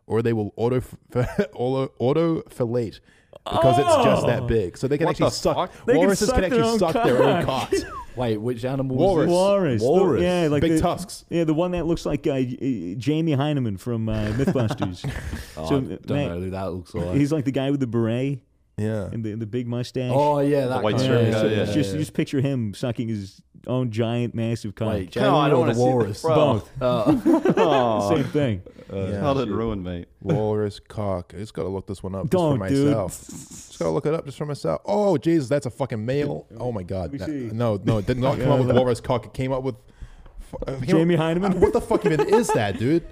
Speaker 1: or they will auto *laughs* auto fillate because it's just
Speaker 2: Oh.
Speaker 1: that big. So they can
Speaker 3: What
Speaker 1: actually
Speaker 3: the
Speaker 1: suck.
Speaker 3: fuck?
Speaker 2: They can
Speaker 1: walruses
Speaker 2: suck
Speaker 1: can,
Speaker 2: their
Speaker 1: actually
Speaker 2: own
Speaker 1: suck their own
Speaker 2: cock.
Speaker 1: cocks.
Speaker 4: Wait, which animal?
Speaker 1: Walrus.
Speaker 4: Was
Speaker 2: Walrus. The-
Speaker 4: Walrus.
Speaker 2: yeah, *laughs* like
Speaker 1: big
Speaker 2: the,
Speaker 1: tusks.
Speaker 2: Yeah, the one that looks like uh, Jamie Heineman from uh, MythBusters.
Speaker 4: this? Oh,
Speaker 2: So,
Speaker 4: I don't
Speaker 2: Matt-
Speaker 4: know who that looks like.
Speaker 2: He's like the guy with the beret
Speaker 1: Yeah.
Speaker 2: and the, the big mustache.
Speaker 4: oh yeah, that
Speaker 3: white
Speaker 4: kind
Speaker 3: shirt
Speaker 4: of-
Speaker 3: guy,
Speaker 2: so
Speaker 3: yeah,
Speaker 2: it's just just picture him sucking his own giant, massive cock.
Speaker 4: Wait, Jamie
Speaker 3: No, I don't
Speaker 4: or
Speaker 3: want
Speaker 4: the
Speaker 3: to see
Speaker 4: walrus.
Speaker 3: Bro,
Speaker 2: Both.
Speaker 4: Uh,
Speaker 3: *laughs* Oh,
Speaker 2: Same thing.
Speaker 1: yeah.
Speaker 3: childhood ruined, mate.
Speaker 1: Walrus cock. I just gotta look this one up just for
Speaker 2: Don't, dude.
Speaker 1: myself. Just gotta look it up just for myself. Oh Jesus, that's a fucking male. Oh my god.
Speaker 2: Let me see.
Speaker 1: No, no, it did not come up
Speaker 2: *laughs*
Speaker 1: with walrus cock. It came up with fu- it came
Speaker 2: Jamie
Speaker 1: up-
Speaker 2: Heineman?
Speaker 1: Uh, What the fuck even is that,
Speaker 2: *laughs*
Speaker 1: dude?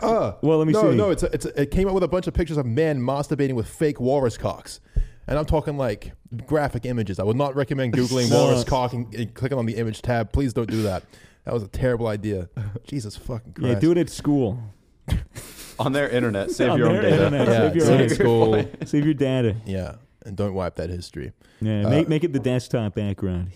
Speaker 1: Uh,
Speaker 2: Well, let me
Speaker 1: no,
Speaker 2: see.
Speaker 1: No, it's a, it's a, it came up with a bunch of pictures of men masturbating with fake walrus cocks. And I'm talking like graphic images. I would not recommend Googling
Speaker 2: *laughs* No.
Speaker 1: walrus cock and, and clicking on the image tab. Please don't do that. That was a terrible
Speaker 2: *laughs*
Speaker 1: idea. Jesus fucking Christ.
Speaker 2: Yeah, do it at school.
Speaker 3: On their internet, save
Speaker 2: On
Speaker 3: your own
Speaker 2: their
Speaker 3: data.
Speaker 2: internet.
Speaker 1: Yeah,
Speaker 2: Save your
Speaker 1: do it in
Speaker 2: own- *laughs*
Speaker 1: school.
Speaker 2: Save your data.
Speaker 1: Yeah, and don't wipe that
Speaker 2: *laughs*
Speaker 1: history. *laughs*
Speaker 2: Yeah,
Speaker 1: Uh,
Speaker 2: make make it the desktop background.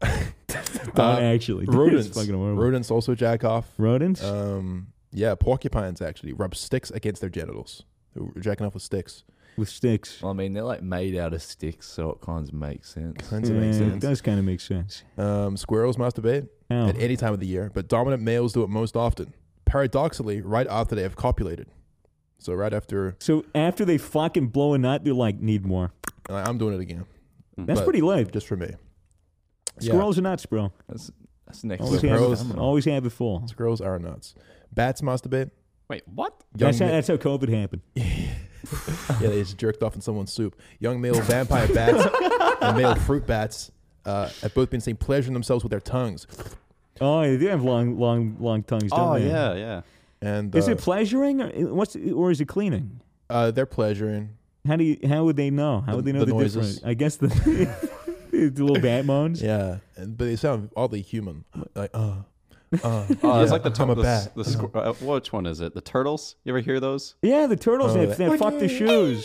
Speaker 2: Don't
Speaker 1: Uh,
Speaker 2: actually. *laughs* Dude, it's
Speaker 1: rodents,
Speaker 2: fucking horrible.
Speaker 1: rodents also jack off.
Speaker 2: Rodents.
Speaker 1: Um, yeah, porcupines actually rub sticks against their genitals. They're jacking off with sticks.
Speaker 2: with sticks.
Speaker 4: I mean, they're like made out of sticks, so it kind of makes sense.
Speaker 1: Kinds
Speaker 2: Yeah,
Speaker 1: of makes
Speaker 2: It
Speaker 1: sense.
Speaker 2: does kind of make sense.
Speaker 1: Um, squirrels masturbate
Speaker 2: How?
Speaker 1: at any time of the year, but dominant males do it most often. Paradoxically, right after they have copulated. So right after,
Speaker 2: So after they fucking blow a nut, they're like, need more.
Speaker 1: and I- I'm doing it again,
Speaker 2: That's
Speaker 1: But-
Speaker 2: pretty live.
Speaker 1: just for me. Yeah.
Speaker 2: Squirrels are nuts, bro.
Speaker 4: That's, That's next.
Speaker 1: Oh,
Speaker 2: Always,
Speaker 1: the
Speaker 4: level.
Speaker 1: pros.
Speaker 2: have, always have it fall.
Speaker 1: Squirrels are nuts. Bats masturbate.
Speaker 3: Wait, what?
Speaker 1: Young
Speaker 2: That's how,
Speaker 1: ma-
Speaker 2: that's how COVID happened.
Speaker 1: *laughs* yeah, they just jerked off in someone's soup. Young male vampire bats and male fruit bats uh, have both been seen pleasuring themselves with their tongues.
Speaker 2: Oh, they do have long, long, long tongues, don't
Speaker 3: Oh
Speaker 2: they?
Speaker 3: yeah, yeah.
Speaker 1: And uh,
Speaker 2: Is it pleasuring or what's or is it cleaning?
Speaker 1: uh, they're pleasuring.
Speaker 2: How do you, how would they know? How would they know
Speaker 1: the
Speaker 2: the,
Speaker 1: noises.
Speaker 2: difference? I guess the, *laughs* the
Speaker 1: *laughs*
Speaker 2: little bat moans.
Speaker 1: Yeah, and, but they sound oddly human. Like, uh, uh.
Speaker 3: Oh,
Speaker 1: yeah,
Speaker 3: it's like the
Speaker 1: I'm a
Speaker 3: turtle. The, s-
Speaker 1: bat.
Speaker 3: the squ- uh, which one is it? The turtles? You ever hear those?
Speaker 2: Yeah, the turtles
Speaker 1: Oh,
Speaker 2: that,
Speaker 1: that-
Speaker 2: that fuck the shoes.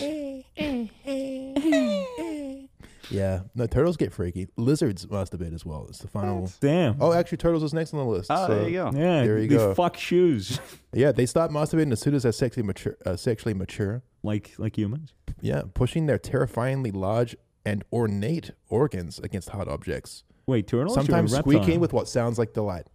Speaker 1: Yeah, no, turtles get freaky. Lizards masturbate as well. It's the final.
Speaker 2: Damn.
Speaker 1: Oh, actually, turtles is next on the list.
Speaker 3: Oh,
Speaker 1: so-
Speaker 3: there you go.
Speaker 2: yeah,
Speaker 1: there you
Speaker 2: they
Speaker 1: go.
Speaker 2: fuck shoes *laughs*
Speaker 1: Yeah, they stop masturbating as soon as they're sexually mature. Uh, sexually mature.
Speaker 2: like like humans.
Speaker 1: Yeah, pushing their terrifyingly large and ornate organs against hot objects.
Speaker 2: Wait, turtles. or
Speaker 1: Sometimes
Speaker 2: reptile?
Speaker 1: squeaking with what sounds like delight.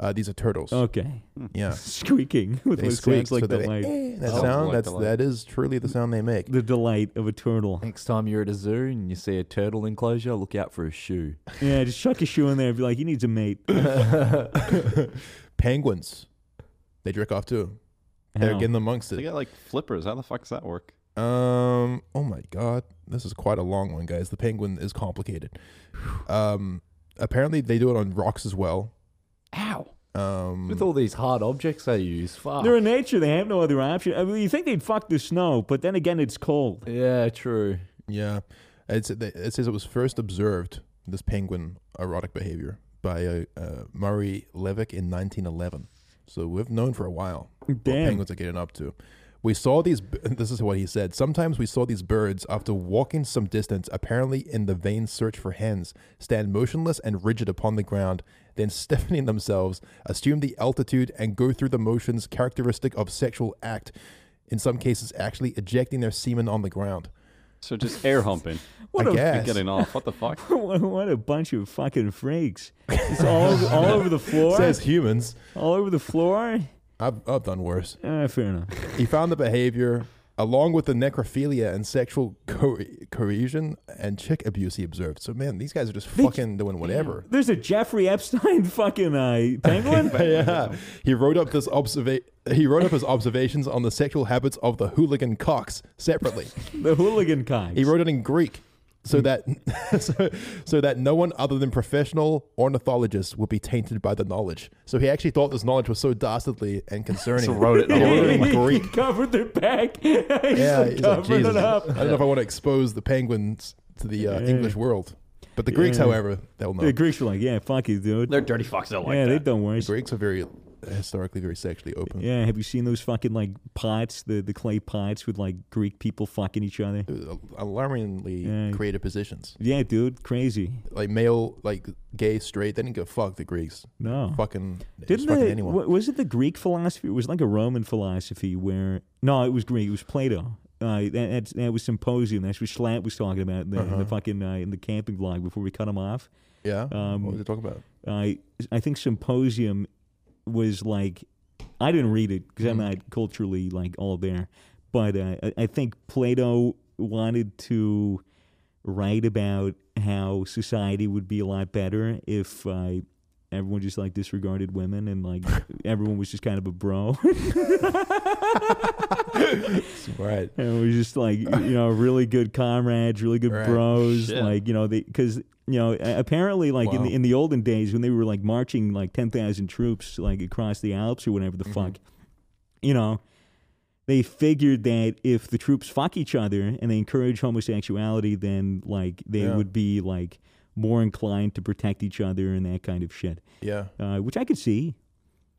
Speaker 1: Uh, these are turtles.
Speaker 2: okay, *laughs*
Speaker 1: Yeah,
Speaker 2: squeaking with
Speaker 1: they
Speaker 2: what
Speaker 1: squeak
Speaker 2: sounds Oh, like
Speaker 1: so that,
Speaker 2: delight.
Speaker 1: it- *laughs* eh, that
Speaker 3: Sounds
Speaker 1: sound.
Speaker 3: like
Speaker 1: that's
Speaker 3: delight.
Speaker 1: that is truly the sound they
Speaker 3: *laughs*
Speaker 1: make.
Speaker 2: the delight of a turtle.
Speaker 4: Next time you're at a zoo and you see a turtle enclosure, look out for a shoe.
Speaker 2: Yeah, just chuck a shoe in there and be like, he needs a mate.
Speaker 1: Penguins, they jerk off too. They're
Speaker 2: How?
Speaker 1: getting amongst
Speaker 3: They
Speaker 1: it.
Speaker 3: got like flippers. How the fuck does that work?
Speaker 1: Um. Oh my God, this is quite a long one, guys. The penguin is complicated. Um. Apparently, they do it on rocks as well.
Speaker 3: Ow.
Speaker 1: Um.
Speaker 4: With all these hard objects they use, fuck.
Speaker 2: Mm. They're in nature. They have no other option. I mean, you think they'd fuck the snow, but then again, it's cold. *laughs*
Speaker 4: yeah, true.
Speaker 1: Yeah, it's, it says it was first observed this penguin erotic behavior by uh, uh, Murray Levick in 1911. So we've known for a while what
Speaker 2: Damn.
Speaker 1: penguins are getting up to. We saw these. b- *laughs* This is what he said. Sometimes we saw these birds, after walking some distance, apparently in the vain search for hens, stand motionless and rigid upon the ground, then stiffening themselves, assume the altitude, and go through the motions characteristic of sexual act. In some cases, actually ejecting their semen on the ground.
Speaker 3: So just air humping,
Speaker 2: What
Speaker 1: I
Speaker 2: a
Speaker 1: guess.
Speaker 3: getting off. What the fuck?
Speaker 2: what, what a bunch of fucking freaks! It's all over, all over the
Speaker 1: *laughs*
Speaker 2: floor.
Speaker 1: says humans.
Speaker 2: all over the floor.
Speaker 1: I've, I've done worse.
Speaker 2: Uh, fair enough.
Speaker 1: He found the behavior, along with the necrophilia and sexual co- coercion and chick abuse, he observed. So, man, these guys are just fucking doing whatever.
Speaker 2: There's a Jeffrey Epstein *laughs* fucking uh,
Speaker 1: *laughs*
Speaker 2: penguin.
Speaker 1: Yeah, he wrote up this observa- He wrote up his observations on the sexual habits of the hooligan cocks separately.
Speaker 2: the hooligan kind.
Speaker 1: He wrote it in Greek, so that *laughs* so, so that no one other than professional ornithologists would be tainted by the knowledge. So he actually thought this knowledge was so dastardly and concerning.
Speaker 3: wrote it in
Speaker 1: He wrote it in Greek.
Speaker 2: He *laughs* covered it back. *laughs* He's
Speaker 1: Yeah,
Speaker 2: yeah,
Speaker 1: he's like,
Speaker 2: covering
Speaker 1: Jesus.
Speaker 2: it
Speaker 1: I
Speaker 2: up.
Speaker 1: don't know if I want to expose the penguins to the uh,
Speaker 2: Yeah.
Speaker 1: English world, but the Greeks,
Speaker 2: Yeah.
Speaker 1: however, they'll know.
Speaker 2: The Greeks were like, "Yeah, fuck you, dude."
Speaker 3: They're dirty fucks. They'll like
Speaker 2: yeah, they
Speaker 3: that.
Speaker 2: don't worry.
Speaker 1: The Greeks are very historically very sexually open.
Speaker 2: Yeah, have you seen those fucking like pots, the, the clay pots with like Greek people fucking each other?
Speaker 1: Dude, Uh, Alarmingly
Speaker 2: Yeah.
Speaker 1: creative positions,
Speaker 2: Yeah, dude, crazy.
Speaker 1: like male, like gay, straight. They didn't give a fuck. The Greeks,
Speaker 2: No,
Speaker 1: fucking, they just
Speaker 2: didn't
Speaker 1: fucking
Speaker 2: they-
Speaker 1: anyone.
Speaker 2: wa- was it the Greek philosophy? It was like a Roman philosophy where no, it was Greek. It was Plato. Uh, that, that that was symposium. That's what Schlatt was talking about in the, in
Speaker 1: Uh-huh.
Speaker 2: the fucking uh, in the camping vlog before we cut him off.
Speaker 1: yeah,
Speaker 2: um,
Speaker 1: what were they talking about?
Speaker 2: I I think symposium was like I didn't read it because
Speaker 1: Mm.
Speaker 2: I'm not culturally like all there, but uh, I- I think Plato wanted to write about how society would be a lot better if uh, everyone just like disregarded women and
Speaker 1: *laughs*
Speaker 2: like everyone was just kind of a bro.
Speaker 1: Right.
Speaker 2: And we just like, you know, really good comrades, really good
Speaker 1: Right.
Speaker 2: bros.
Speaker 3: Shit.
Speaker 2: Like, you know, they because you know a- apparently like in
Speaker 1: Wow.
Speaker 2: the in the olden days when they were like marching like ten thousand troops like across the Alps or whatever
Speaker 1: Mm-hmm.
Speaker 2: the fuck, you know, they figured that if the troops fuck each other and they encourage homosexuality, then like they
Speaker 1: Yeah.
Speaker 2: would be like more inclined to protect each other and that kind of shit,
Speaker 1: Yeah.
Speaker 2: uh, which I could see.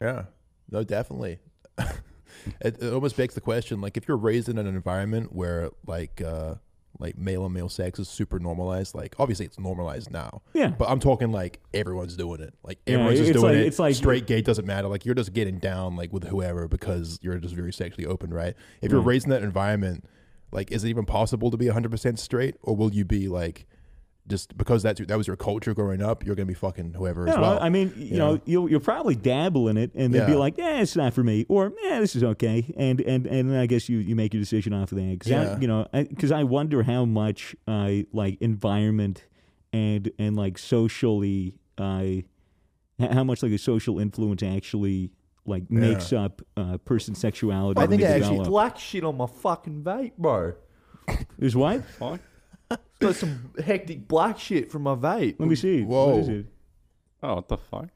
Speaker 1: Yeah. No, definitely. *laughs* it, it almost begs the question, like if you're raised in an environment where like uh like male and male sex is super normalized, like obviously it's normalized now.
Speaker 2: Yeah.
Speaker 1: But I'm talking like everyone's doing it. Like
Speaker 2: Yeah,
Speaker 1: everyone's just
Speaker 2: it's
Speaker 1: doing
Speaker 2: like-
Speaker 1: it.
Speaker 2: it's like-
Speaker 1: straight gay doesn't matter. Like you're just getting down like with whoever because you're just very sexually open, right? If you're raised in that environment, like is it even possible to be 100% straight or will you be like just because that's that was your culture growing up, you're going to be fucking whoever as
Speaker 2: No,
Speaker 1: well.
Speaker 2: I mean, you
Speaker 1: you know?
Speaker 2: know, you'll, you'll probably dabble in it and then be
Speaker 1: Yeah.
Speaker 2: like, "Yeah, it's not for me," or "Yeah, this is okay," and and and then I guess you, you make your decision off of that. Because
Speaker 1: Yeah.
Speaker 2: I, you know, because I, wonder how much I like environment and and like socially I H- how much like a social influence actually like makes up a person's sexuality.
Speaker 1: I
Speaker 2: when
Speaker 1: think
Speaker 2: they
Speaker 1: it actually-
Speaker 2: develop.
Speaker 4: Black shit on my fucking vape, bro.
Speaker 2: There's what?
Speaker 3: Fuck.
Speaker 4: Got some hectic black shit from my vape.
Speaker 2: Let me see. What is
Speaker 1: Whoa.
Speaker 2: it?
Speaker 3: Oh, what the fuck?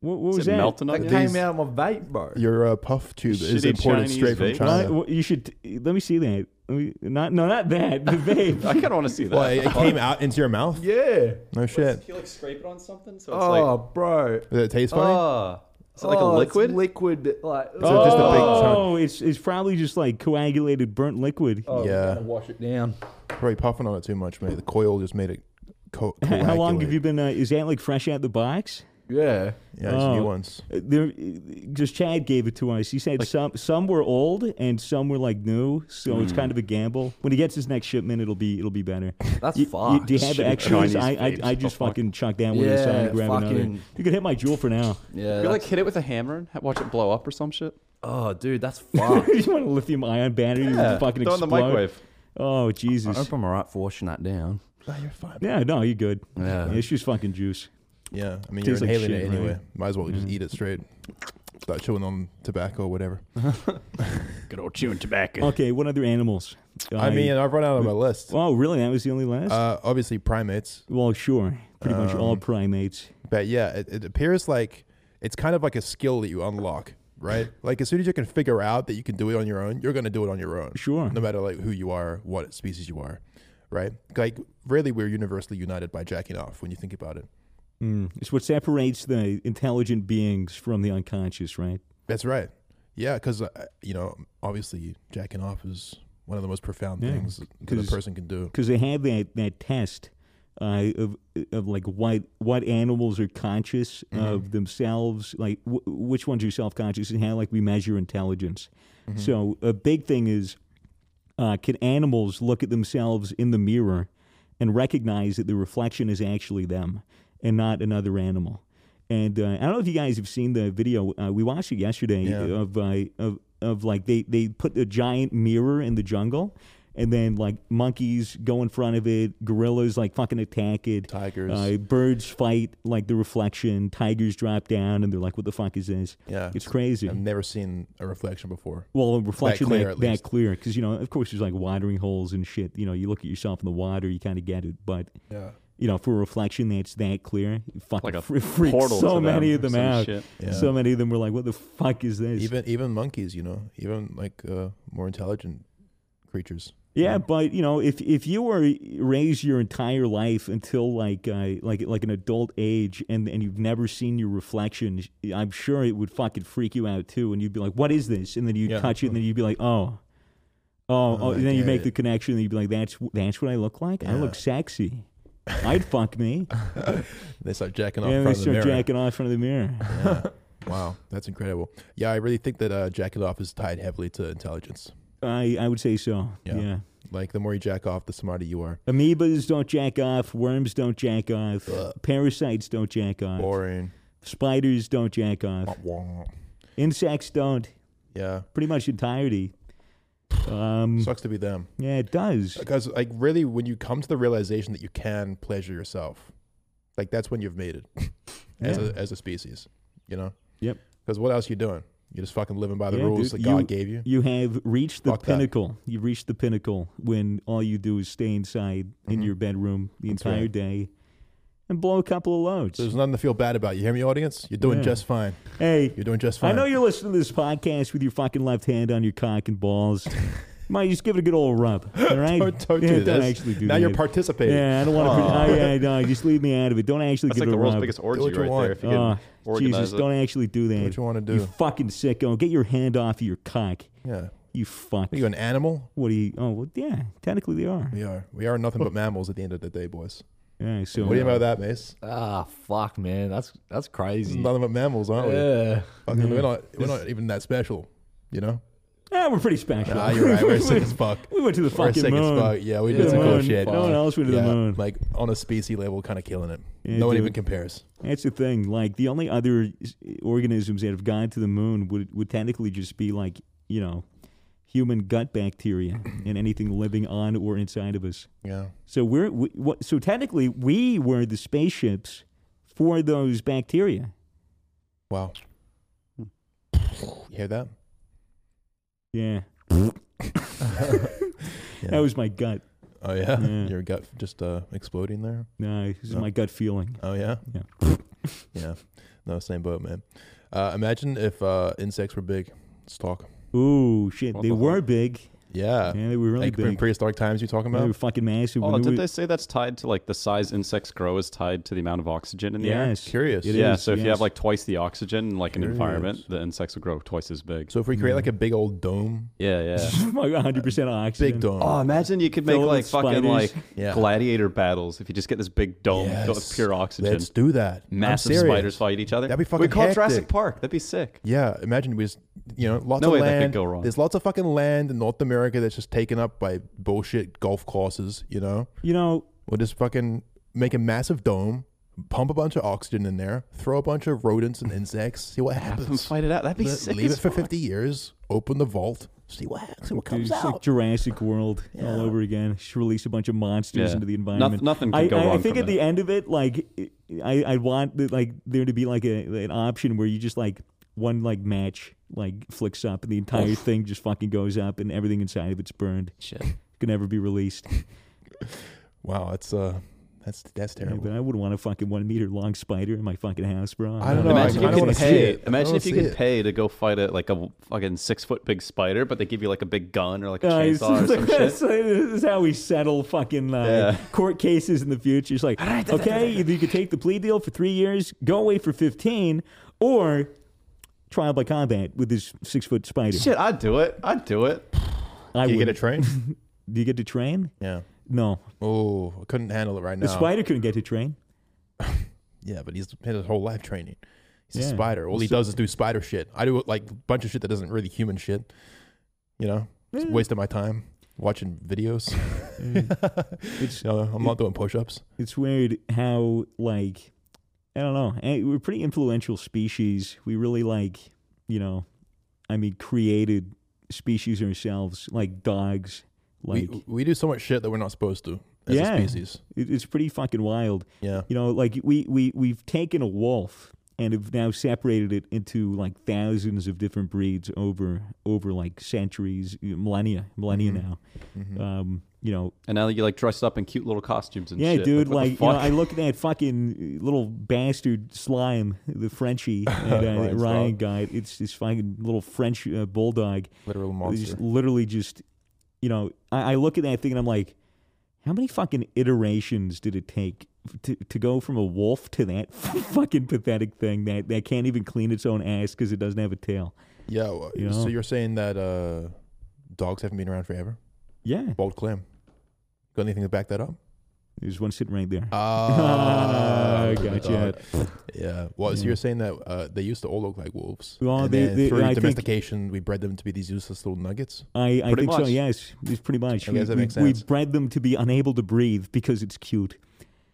Speaker 2: What, what
Speaker 3: Is
Speaker 2: was
Speaker 3: it
Speaker 2: that?
Speaker 3: melting up?
Speaker 4: That
Speaker 3: yet?
Speaker 4: came out of my vape, bro.
Speaker 1: Your uh, puff tube is
Speaker 3: Shitty
Speaker 1: imported
Speaker 3: Chinese
Speaker 1: straight from
Speaker 3: vape.
Speaker 2: Why-
Speaker 1: China.
Speaker 2: what- you should let me see that. Let me, not no, not that. The *laughs* vape.
Speaker 3: I kind of want to see that.
Speaker 1: Well, it, it came out into your mouth.
Speaker 4: Yeah.
Speaker 1: No shit.
Speaker 3: you like scrape it on something? So
Speaker 4: oh, bro.
Speaker 1: Does it taste funny?
Speaker 3: oh. Is it like
Speaker 4: Oh,
Speaker 3: a
Speaker 4: it's
Speaker 3: liquid?
Speaker 4: liquid, like.
Speaker 1: So just a big chunk.
Speaker 2: oh, it's it's probably just like coagulated burnt liquid.
Speaker 4: Oh,
Speaker 1: Yeah.
Speaker 4: gotta Wash it down.
Speaker 1: Probably puffing on it too much, mate. The coil just made it. Co-
Speaker 2: How long have
Speaker 1: coagulate.
Speaker 2: you been? Uh, is that like fresh out the box?
Speaker 4: Yeah.
Speaker 1: Yeah, it's
Speaker 2: Oh.
Speaker 1: new ones.
Speaker 2: Uh, There, just Chad gave it to us. He said some some were old and some were like new, so it's kind of a gamble. When he gets his next shipment, it'll be it'll be better.
Speaker 4: That's
Speaker 2: You- you-
Speaker 4: fucked.
Speaker 2: do you have
Speaker 3: Shit,
Speaker 2: extras?
Speaker 3: Chinese
Speaker 2: I, I, I
Speaker 3: vapes,
Speaker 2: just
Speaker 3: the fuck?
Speaker 2: fucking chuck down one aside
Speaker 4: Yeah,
Speaker 2: and grab another.
Speaker 4: fucking-
Speaker 2: You can hit my jewel for now. *laughs*
Speaker 4: Yeah.
Speaker 3: You like
Speaker 4: that's-
Speaker 3: hit it with a hammer and ha- watch it blow up or some shit?
Speaker 4: oh, dude, that's fucked.
Speaker 2: you want a lithium ion battery to fucking
Speaker 3: Throw it
Speaker 2: explode?
Speaker 3: in the microwave.
Speaker 2: Oh
Speaker 4: I
Speaker 2: Jesus!
Speaker 4: hope I'm alright for washing that down.
Speaker 1: Oh, you're fine.
Speaker 2: Yeah, no, you're good.
Speaker 4: Yeah.
Speaker 2: It's just fucking juice.
Speaker 1: Yeah, I mean, you're
Speaker 2: Tastes like
Speaker 1: inhaling
Speaker 2: shit,
Speaker 1: it anyway.
Speaker 2: right?
Speaker 1: Might as well just eat it straight. Start chewing on tobacco or whatever.
Speaker 3: Good old chewing tobacco.
Speaker 2: Okay, what other animals?
Speaker 1: I mean, I've run out of my list.
Speaker 2: oh really? That was the only last.
Speaker 1: Uh, um, obviously, primates.
Speaker 2: well, sure, pretty much all primates.
Speaker 1: But yeah, it, it appears like it's kind of like a skill that you unlock, right? like as soon as you can figure out that you can do it on your own, you're going to do it on your own.
Speaker 2: Sure.
Speaker 1: No matter like who you are, what species you are, right? Like really, we're universally united by jacking off when you think about it.
Speaker 2: Mm. It's what separates the intelligent beings from the unconscious, right?
Speaker 1: That's right. Yeah, because uh, you know, obviously, jacking off is one of the most profound
Speaker 2: Yeah,
Speaker 1: things that a
Speaker 2: 'cause-
Speaker 1: person can do.
Speaker 2: Because they have that that test uh, of of like what what animals are conscious
Speaker 1: Mm-hmm.
Speaker 2: of themselves, like w- which ones are self conscious, and how like we measure intelligence.
Speaker 1: Mm-hmm.
Speaker 2: So a big thing is uh, can animals look at themselves in the mirror and recognize that the reflection is actually them and not another animal? And uh, I don't know if you guys have seen the video. Uh, we watched it yesterday
Speaker 1: Yeah.
Speaker 2: of, uh, of of like they they put a giant mirror in the jungle, and then like monkeys go in front of it, gorillas like fucking attack it,
Speaker 1: Tigers.
Speaker 2: uh, birds fight like the reflection, tigers drop down, and they're like, "What the fuck is this?"
Speaker 1: Yeah.
Speaker 2: it's crazy.
Speaker 1: I've never seen a reflection before.
Speaker 2: Well, a reflection
Speaker 1: clear,
Speaker 2: that,
Speaker 1: at
Speaker 2: that
Speaker 1: least.
Speaker 2: clear, because you know, of course, there's like watering holes and shit. You know, you look at yourself in the water, you kind of get it, but
Speaker 1: Yeah.
Speaker 2: you know, for a reflection that's that clear, it fucking
Speaker 3: Like a
Speaker 2: fre- freaks
Speaker 3: portal
Speaker 2: so
Speaker 3: to
Speaker 2: many
Speaker 3: them
Speaker 2: of
Speaker 3: or
Speaker 2: them
Speaker 3: some
Speaker 2: out.
Speaker 3: shit.
Speaker 1: Yeah.
Speaker 2: So many of them were like, "What the fuck is this?"
Speaker 1: Even even monkeys, you know, even like uh, more intelligent creatures.
Speaker 2: yeah, but you know, if if you were raised your entire life until like uh, like like an adult age, and and you've never seen your reflection, I'm sure it would fucking freak you out too, and you'd be like, "What is this?" And then you would
Speaker 1: Yeah.
Speaker 2: touch it, and then you'd be like, "Oh." Oh, oh,
Speaker 1: I
Speaker 2: and then you
Speaker 1: get
Speaker 2: make the
Speaker 1: it.
Speaker 2: connection, and you'd be like, "That's that's what I look like. I
Speaker 1: *laughs*
Speaker 2: look sexy. I'd fuck me."
Speaker 1: They start jacking off. in
Speaker 2: and they
Speaker 1: front of the
Speaker 2: start
Speaker 1: mirror.
Speaker 2: jacking off in front of the
Speaker 1: *laughs*
Speaker 2: mirror.
Speaker 1: Wow, that's incredible. Yeah, I really think that uh, jacket off is tied heavily to intelligence.
Speaker 2: I I would say so. Yeah.
Speaker 1: Yeah. Like the more you jack off, the smarter you are.
Speaker 2: Amoebas don't jack off. Worms don't jack off. Parasites don't jack off.
Speaker 1: Boring.
Speaker 2: Spiders don't jack
Speaker 1: Oh.
Speaker 2: off.
Speaker 1: Wah.
Speaker 2: Insects don't.
Speaker 1: Yeah,
Speaker 2: Pretty much entirety. Um,
Speaker 1: sucks to be them.
Speaker 2: yeah, it does.
Speaker 1: Because like really, when you come to the realization that you can pleasure yourself, like that's when you've made it as
Speaker 2: Yeah.
Speaker 1: a as a species. You know.
Speaker 2: Yep.
Speaker 1: Because what else you doing? You're just fucking living by the
Speaker 2: Yeah,
Speaker 1: rules
Speaker 2: dude,
Speaker 1: that God
Speaker 2: you-
Speaker 1: gave you.
Speaker 2: You have reached the
Speaker 1: Fuck that.
Speaker 2: pinnacle. You've reached the pinnacle when all you do is stay inside in your bedroom the
Speaker 1: Mm-hmm. That's
Speaker 2: entire
Speaker 1: right.
Speaker 2: day and blow a couple of loads.
Speaker 1: There's nothing to feel bad about. You hear me, audience? You're doing
Speaker 2: Yeah.
Speaker 1: just fine.
Speaker 2: hey,
Speaker 1: You're doing just fine.
Speaker 2: I know you're listening to this podcast with your fucking left hand on your cock
Speaker 1: *laughs*
Speaker 2: and balls. Might just give it a good old rub. All
Speaker 1: *laughs*
Speaker 2: right?
Speaker 1: Don't, don't
Speaker 2: Yeah,
Speaker 1: do this.
Speaker 2: actually do
Speaker 1: now
Speaker 2: that.
Speaker 1: you're participating.
Speaker 2: Yeah, I don't want to. *laughs*
Speaker 1: *laughs*
Speaker 2: I, I, no, just leave me out of it. Don't actually
Speaker 3: That's like
Speaker 2: give it
Speaker 3: the
Speaker 2: a
Speaker 3: world's
Speaker 2: rub.
Speaker 3: biggest orgy
Speaker 1: what you
Speaker 3: right there.
Speaker 1: want.
Speaker 3: If you can
Speaker 2: Ah,
Speaker 3: organize
Speaker 2: Jesus,
Speaker 3: it.
Speaker 2: don't actually do that.
Speaker 1: what you wanna
Speaker 2: You
Speaker 1: do.
Speaker 2: fucking sicko. Get your hand off of your cock.
Speaker 1: Yeah.
Speaker 2: You fuck.
Speaker 1: Are you an animal?
Speaker 2: What do you? Oh, well, yeah. Technically, they are.
Speaker 1: We are. We are
Speaker 2: *laughs*
Speaker 1: nothing but mammals at the end of the day, boys.
Speaker 2: Yeah. So
Speaker 1: What do you know about that, Mace?
Speaker 4: Ah, fuck, man. That's that's crazy.
Speaker 1: Nothing but mammals, aren't we?
Speaker 4: Yeah.
Speaker 1: Fucking, We're not. We're not even that special, you know.
Speaker 2: Ah, we're pretty special.
Speaker 1: Nah, you're right. We're sick as *laughs* fuck.
Speaker 2: *laughs* we went to the
Speaker 1: We're
Speaker 2: fucking
Speaker 1: sick
Speaker 2: moon.
Speaker 1: as fuck. Yeah, we
Speaker 2: Yeah,
Speaker 1: did
Speaker 2: the
Speaker 1: some cool
Speaker 2: moon.
Speaker 1: shit.
Speaker 2: No one else went to the
Speaker 1: Yeah,
Speaker 2: moon.
Speaker 1: Like on a species level, kind of killing it.
Speaker 2: Yeah,
Speaker 1: no one
Speaker 2: dude.
Speaker 1: even compares.
Speaker 2: That's the thing. Like the only other s- organisms that have gone to the moon would would technically just be like you know human
Speaker 1: *clears throat*
Speaker 2: gut bacteria and anything living on or inside of us.
Speaker 1: Yeah.
Speaker 2: So we're we, what, so technically we were the spaceships for those bacteria.
Speaker 1: Wow.
Speaker 3: Hmm.
Speaker 1: You hear
Speaker 2: *laughs*
Speaker 1: that?
Speaker 2: Yeah.
Speaker 1: Yeah.
Speaker 2: That was my gut.
Speaker 1: oh yeah.
Speaker 2: Yeah.
Speaker 1: Your gut just uh, exploding there.
Speaker 2: No, this is
Speaker 1: No.
Speaker 2: my gut feeling.
Speaker 1: Oh yeah.
Speaker 2: Yeah.
Speaker 1: *laughs* yeah. No, same boat, man. Uh, imagine if uh, insects were big. Let's talk.
Speaker 2: Ooh, shit.
Speaker 3: What
Speaker 2: They
Speaker 3: the
Speaker 2: were
Speaker 3: fuck?
Speaker 2: big.
Speaker 1: Yeah.
Speaker 2: Yeah, they were really
Speaker 1: like in
Speaker 2: big.
Speaker 1: prehistoric times, you talking
Speaker 2: They were
Speaker 1: about?
Speaker 2: fucking massive.
Speaker 3: Oh,
Speaker 2: When
Speaker 3: did
Speaker 2: we-
Speaker 3: they say that's tied to like the size insects grow is tied to the amount of oxygen in the air?
Speaker 2: yes.
Speaker 1: Curious.
Speaker 2: It
Speaker 3: yeah,
Speaker 2: is,
Speaker 3: so if you
Speaker 2: yes.
Speaker 3: have like twice the oxygen in like an
Speaker 1: Curious.
Speaker 3: environment, the insects will grow twice as big.
Speaker 1: So if we create like a big old dome,
Speaker 3: Yeah, yeah.
Speaker 2: *laughs* Like 100% oxygen.
Speaker 1: big dome.
Speaker 3: Oh, imagine you could
Speaker 2: Fill
Speaker 3: make
Speaker 2: it
Speaker 3: like
Speaker 2: with
Speaker 3: fucking
Speaker 2: spiders.
Speaker 3: like
Speaker 1: Yeah.
Speaker 3: gladiator battles if you just get this big dome filled with
Speaker 1: Yes.
Speaker 3: pure oxygen.
Speaker 1: Let's do that. I'm
Speaker 3: Massive
Speaker 1: serious.
Speaker 3: spiders fight each other.
Speaker 1: That'd be
Speaker 3: We
Speaker 1: fucking
Speaker 3: call it Jurassic
Speaker 1: hectic.
Speaker 3: Park. That'd be sick.
Speaker 1: Yeah, imagine we just you know lots
Speaker 3: No
Speaker 1: of
Speaker 3: way that could
Speaker 1: land.
Speaker 3: go wrong.
Speaker 1: There's lots of fucking land in North America that's just taken up by bullshit golf courses. You know,
Speaker 2: You know,
Speaker 1: we'll just fucking make a massive dome, pump a bunch of oxygen in there, throw a bunch of rodents and insects, see what
Speaker 3: Have them
Speaker 1: happens.
Speaker 3: fight it out. That'd be
Speaker 1: Le-
Speaker 3: sick.
Speaker 1: Leave
Speaker 3: as
Speaker 1: it for
Speaker 3: fuck.
Speaker 1: 50 years. Open the vault. See what see what
Speaker 2: dude,
Speaker 1: comes
Speaker 2: it's like
Speaker 1: out.
Speaker 2: Jurassic World all over again. Just release a bunch of monsters
Speaker 3: Yeah.
Speaker 2: into the
Speaker 3: Noth-
Speaker 2: environment.
Speaker 3: nothing could
Speaker 2: I,
Speaker 3: go
Speaker 2: I, I
Speaker 3: wrong
Speaker 2: think
Speaker 3: from
Speaker 2: at the end of it, like, I, I want the, like there to be like a, an option where you just like one like match like flicks up and the entire thing just fucking goes up and everything inside of it's burned.
Speaker 4: Shit.
Speaker 2: Could never be released.
Speaker 1: Wow, that's uh, that's that's
Speaker 2: Yeah,
Speaker 1: terrible.
Speaker 2: but I would want a fucking one meter long spider in my fucking house, bro.
Speaker 1: I don't know.
Speaker 3: Imagine
Speaker 1: I kinda
Speaker 3: you
Speaker 1: wanna
Speaker 3: could
Speaker 1: see
Speaker 3: pay.
Speaker 1: it. I
Speaker 3: Imagine
Speaker 1: wanna
Speaker 3: if you
Speaker 1: see
Speaker 3: could
Speaker 1: it.
Speaker 3: pay to go fight a like a fucking six foot big spider, but they give you like a big gun or like a
Speaker 2: *laughs* Guys,
Speaker 3: chainsaw or
Speaker 2: this,
Speaker 3: some shit.
Speaker 2: is, this is how we settle fucking uh,
Speaker 3: Yeah.
Speaker 2: court cases in the future. It's like, okay, either you could take the plea deal for three years, go away for 15, or trial by combat with this six foot spider.
Speaker 3: Shit, I'd do it. I'd do it.
Speaker 2: I
Speaker 1: Do you get a
Speaker 2: wouldn't.
Speaker 1: train?
Speaker 3: *laughs*
Speaker 2: Do you get to train?
Speaker 1: yeah.
Speaker 2: No.
Speaker 1: Oh, I couldn't handle it right now.
Speaker 2: The spider couldn't get to train.
Speaker 1: Yeah, but he's had his whole life training. He's
Speaker 2: Yeah.
Speaker 1: a spider. All he does is do spider shit. I do like a bunch of shit that isn't really human shit. You know, it's a waste of my time watching
Speaker 2: *laughs*
Speaker 1: videos.
Speaker 2: It's,
Speaker 1: You know, I'm not doing push-ups.
Speaker 2: it's weird how, like, I don't know. eh, We're a pretty influential species. We really, like, you know, I mean, created species ourselves, like dogs. Like,
Speaker 1: we we do so much shit that we're not supposed to as
Speaker 2: Yeah.
Speaker 1: a species.
Speaker 2: It- It's pretty fucking wild.
Speaker 1: Yeah,
Speaker 2: You know, like we, we, we've taken a wolf and have now separated it into like thousands of different breeds over over like centuries, millennia, millennia now. Um, you know,
Speaker 3: And now you like dressed up in cute little costumes and
Speaker 2: yeah,
Speaker 3: shit. what
Speaker 2: dude.
Speaker 3: the
Speaker 2: Like, you know,
Speaker 3: fuck?
Speaker 2: I look at that fucking little bastard slime,
Speaker 3: *laughs*
Speaker 2: the Frenchie, and, uh, Ryan,
Speaker 1: Ryan's dog.
Speaker 2: guy. It's this fucking little French uh, bulldog.
Speaker 1: literal
Speaker 2: It's
Speaker 1: monster.
Speaker 2: Just literally just, you know, I, I look at that thing and I'm like, how many fucking iterations did it take f- to, to go from a wolf to that *laughs* fucking pathetic thing that, that can't even clean its own ass because it doesn't have a tail?
Speaker 1: yeah. Well,
Speaker 2: You know?
Speaker 1: So you're saying that uh, dogs haven't been around forever?
Speaker 2: Yeah.
Speaker 1: Bold claim. Got anything to back that
Speaker 2: *laughs*
Speaker 1: up?
Speaker 2: There's one sitting right there.
Speaker 1: Ah,
Speaker 3: Uh,
Speaker 1: good
Speaker 2: *laughs* Gotcha.
Speaker 1: dog. Yeah. Well, so
Speaker 2: Yeah.
Speaker 1: you're saying that uh, they used to all look like wolves.
Speaker 2: Mm. Well,
Speaker 1: and
Speaker 2: they-
Speaker 1: then
Speaker 2: they-
Speaker 1: through
Speaker 2: I think-
Speaker 1: domestication, we bred them to be these useless little nuggets.
Speaker 2: I, I
Speaker 3: Pretty
Speaker 2: think so,
Speaker 3: much.
Speaker 2: yes. It's pretty much.
Speaker 1: I
Speaker 2: we,
Speaker 1: guess that
Speaker 2: we-
Speaker 1: makes
Speaker 2: we
Speaker 1: sense.
Speaker 2: bred them to be unable to breathe because it's cute.